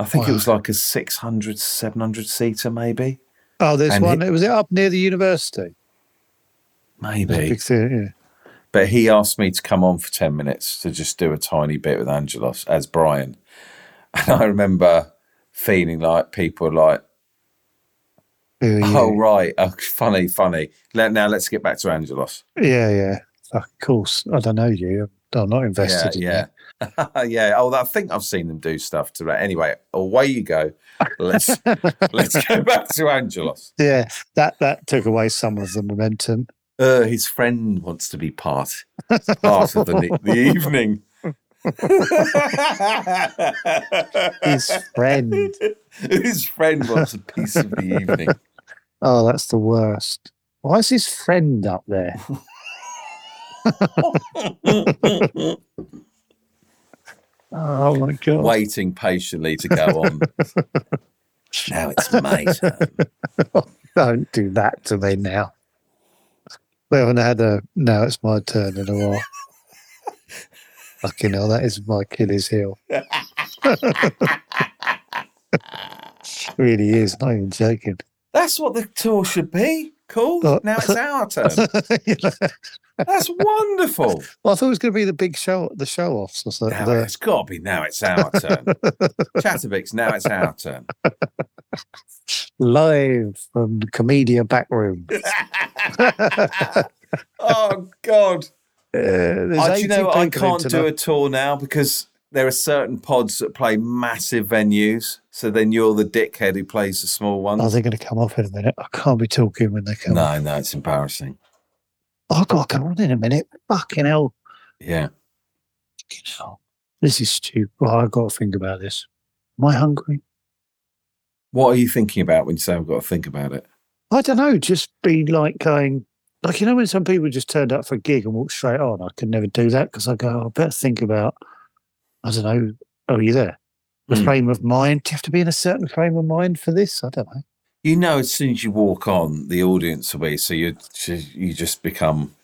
Speaker 4: I think it was like a 600, 700 seater, maybe.
Speaker 3: Oh, there's
Speaker 4: And
Speaker 3: one.
Speaker 4: he-
Speaker 3: was it up near the university?
Speaker 4: Maybe.
Speaker 3: Big theatre,
Speaker 4: But he asked me to come on for 10 minutes to just do a tiny bit with Angelos as Brian. And I remember feeling like people were like,
Speaker 3: yeah. Who are you?
Speaker 4: oh, right. Oh, funny, funny. Let, now let's get back to Angelos.
Speaker 3: Yeah, yeah. Of course. I don't know you. I'm not invested in you.
Speaker 4: yeah. yeah. Oh, I think I've seen them do stuff to that. Anyway, away you go. Let's let's go back to Angelos.
Speaker 3: Yeah, that that took away some of the momentum.
Speaker 4: Uh, his friend wants to be part part of the, ni- the evening.
Speaker 3: His friend.
Speaker 4: His friend wants a piece of the evening.
Speaker 3: Oh, that's the worst. Why is his friend up there? oh my god!
Speaker 4: Waiting patiently to go on. now it's my turn.
Speaker 3: Don't do that to me now. We haven't had a now it's my turn in a while. Fucking hell, that is my Achilles heel. really is, not even joking.
Speaker 4: That's what the tour should be. Cool.
Speaker 3: Oh.
Speaker 4: Now it's our turn. That's wonderful.
Speaker 3: Well, I thought it was going to be the big show, the show offs or something.
Speaker 4: Now
Speaker 3: the-
Speaker 4: it's got to be now it's our turn. Chatterbox, now it's our turn.
Speaker 3: live from the Comedia Backroom.
Speaker 4: Oh God.
Speaker 3: there's
Speaker 4: I, Oh, do you
Speaker 3: 80
Speaker 4: know what? I
Speaker 3: people in
Speaker 4: can't do a
Speaker 3: tonight.
Speaker 4: tour now because there are certain pods that play massive venues. So then you're the dickhead who plays the small ones.
Speaker 3: Are they going to Oh, come off in a minute? I can't be talking when they come.
Speaker 4: no, no, it's embarrassing.
Speaker 3: Oh, I've got to come on in a minute. Fucking hell.
Speaker 4: Yeah.
Speaker 3: This is stupid. Well, I've got to think about this. Am I hungry?
Speaker 4: What are you thinking about when you say I've got to think about it?
Speaker 3: I don't know. Just be like going, like, you know, when some people just turned up for a gig and walked straight on, I could never do that because I go, I better think about, I don't know, oh, you there? The
Speaker 4: Hmm.
Speaker 3: frame of mind. Do you have to be in a certain frame of mind for this? I don't know.
Speaker 4: You know, as soon as you walk on, the audience will be so you you just become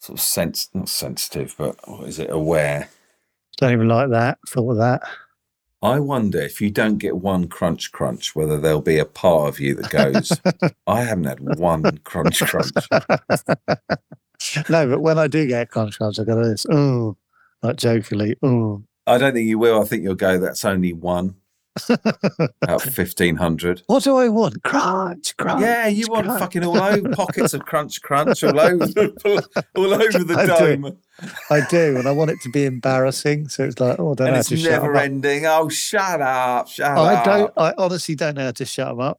Speaker 4: sort of sense not sensitive, but what is it aware?
Speaker 3: Don't even like that. Thought of that.
Speaker 4: I wonder if you don't get one crunch crunch, whether there'll be a part of you that goes, I haven't had one crunch crunch.
Speaker 3: no, but when I do get contracts, I go like this, oh, like jokingly, oh,
Speaker 4: I don't think you will. I think you'll go, that's only one out of 1,500.
Speaker 3: what do I want? Crunch, crunch.
Speaker 4: Yeah, you want
Speaker 3: crunch.
Speaker 4: fucking all over pockets of crunch crunch all over the, all over the
Speaker 3: I do.
Speaker 4: dome.
Speaker 3: I do, and I want it to be embarrassing. So it's like, oh, I don't know
Speaker 4: And
Speaker 3: how
Speaker 4: it's
Speaker 3: to shut 'em
Speaker 4: never
Speaker 3: up.
Speaker 4: ending. Oh, shut up. Shut
Speaker 3: I
Speaker 4: up.
Speaker 3: don't. I honestly don't know how to shut them up.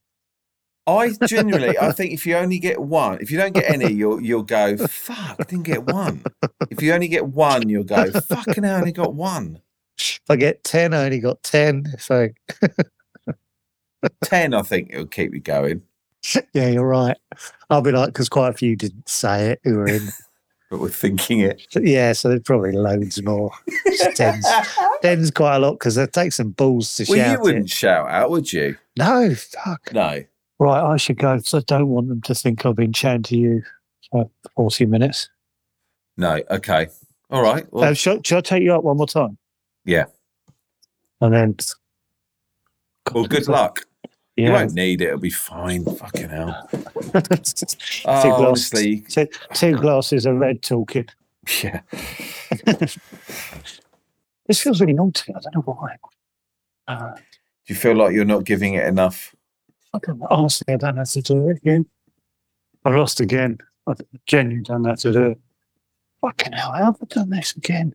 Speaker 4: I generally, I think if you only get one, if you don't get any, you'll you'll go fuck. I didn't get one. If you only get one, you'll go fucking. hell, I only got one.
Speaker 3: If I get ten, I only got ten. So
Speaker 4: Ten, I think it'll keep you going.
Speaker 3: yeah, you're right. I'll be like, because quite a few didn't say it who were in.
Speaker 4: But we're thinking it.
Speaker 3: So, yeah, so there's probably loads more. Just Tens, tens quite a lot because they take some balls to
Speaker 4: well,
Speaker 3: shout.
Speaker 4: you wouldn't
Speaker 3: It.
Speaker 4: shout out, would you?
Speaker 3: No, fuck.
Speaker 4: No.
Speaker 3: Right, I should go 'cause I don't want them to think I've been chatting to you for forty minutes.
Speaker 4: No. Okay. All right. Well,
Speaker 3: um, should, should I take you up one more time?
Speaker 4: yeah.
Speaker 3: And then
Speaker 4: Well, good luck. You
Speaker 3: Yeah.
Speaker 4: won't need it. It'll be fine. Fucking hell.
Speaker 3: two,
Speaker 4: Oh,
Speaker 3: glasses,
Speaker 4: honestly.
Speaker 3: two, two glasses of red talking.
Speaker 4: Yeah.
Speaker 3: This feels really naughty. I don't know why. Uh,
Speaker 4: Do you feel like you're not giving it enough?
Speaker 3: I don't, honestly, I don't know how to do it again. I lost again. I genuinely don't know how to do it. Fucking hell, how have I done this again?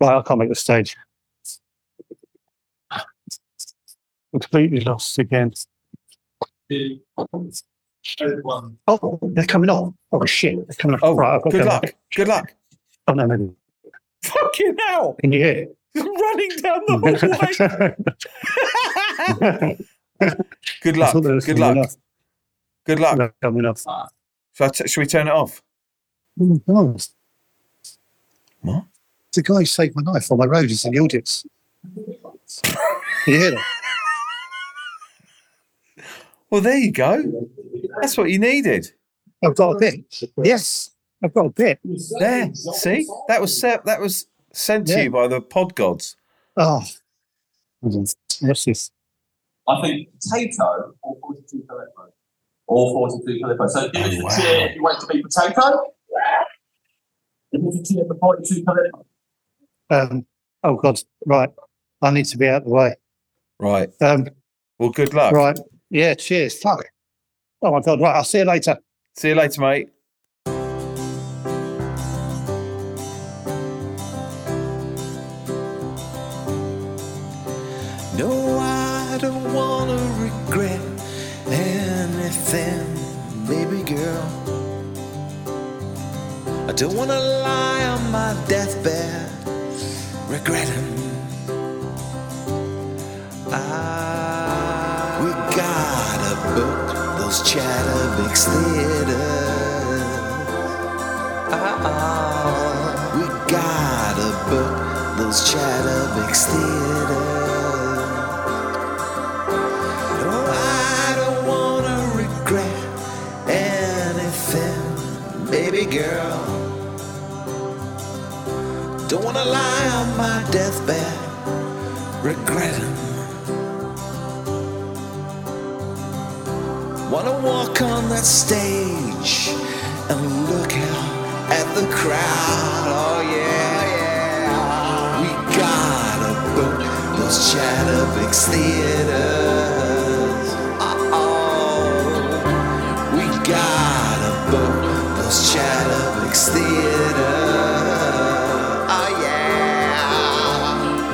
Speaker 3: Right, I can't make the stage. I'm completely lost again.
Speaker 6: Everyone.
Speaker 3: Oh, they're coming on. Oh, shit. They're coming on.
Speaker 4: Oh,
Speaker 3: right, I've got to
Speaker 4: good
Speaker 3: go.
Speaker 4: luck. Good luck.
Speaker 3: Oh, no, maybe.
Speaker 4: Fucking hell.
Speaker 3: Can you hear it?
Speaker 4: Running down the hallway. Good
Speaker 3: I
Speaker 4: luck.
Speaker 3: thought there was
Speaker 4: Good
Speaker 3: something
Speaker 4: luck.
Speaker 3: else.
Speaker 4: Good luck.
Speaker 3: No, coming off.
Speaker 4: Shall, I t- shall we turn it off?
Speaker 3: Oh, nice.
Speaker 4: What?
Speaker 3: The guy who saved my knife on my road is in the audience. you hear that?
Speaker 4: Well, there you go. That's what you needed.
Speaker 3: I've got a bit. Yes, I've got a bit.
Speaker 4: There. See, that was se- that was sent to
Speaker 3: Yeah.
Speaker 4: you by the pod gods.
Speaker 3: Oh, yes, yes.
Speaker 5: I think potato or 42 Calippo. Or 42 Calippo. So if it's
Speaker 4: Oh,
Speaker 5: a cheer, if you want it to be potato, if it's a cheer for 42 Calippo.
Speaker 3: Um, oh God, right. I need to be out of the way.
Speaker 4: Right.
Speaker 3: Um,
Speaker 4: Well, good luck.
Speaker 3: right. Yeah. Cheers. Fuck. Oh my God. Right. I'll see you later.
Speaker 4: See you later, mate. No, I don't wanna regret anything, baby girl. I don't wanna lie on my deathbed regretting. I, we gotta book those Chatterbox theaters. Ah, we gotta book those Chatterbox theaters. No, I don't wanna regret anything, baby girl. Don't wanna lie on my deathbed, regretting. Wanna walk on that stage and look out at the crowd. Oh yeah, yeah. We gotta book those Chatterbox theaters. Oh, we gotta book those Chatterbox theaters. Oh yeah,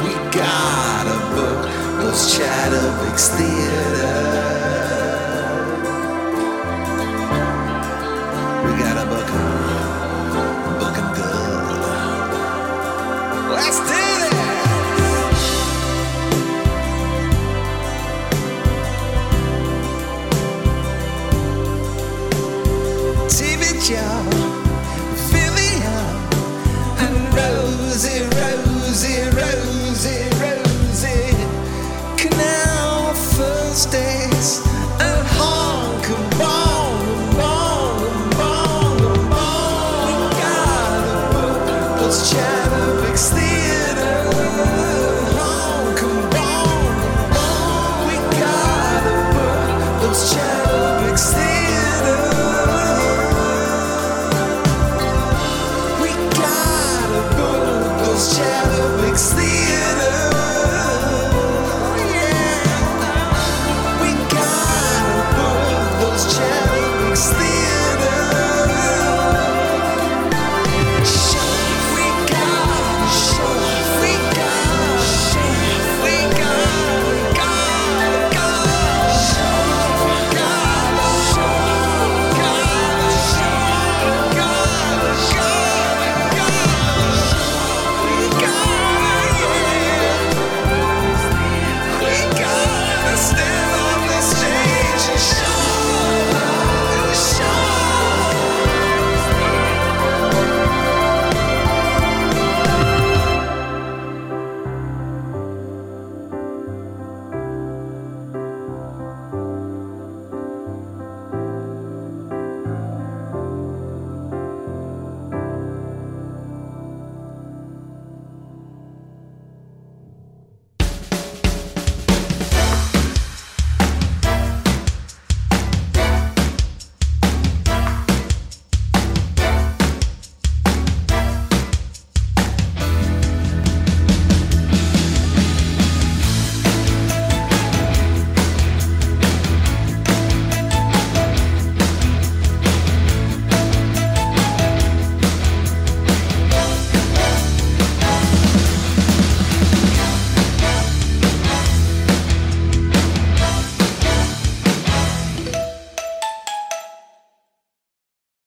Speaker 4: we gotta.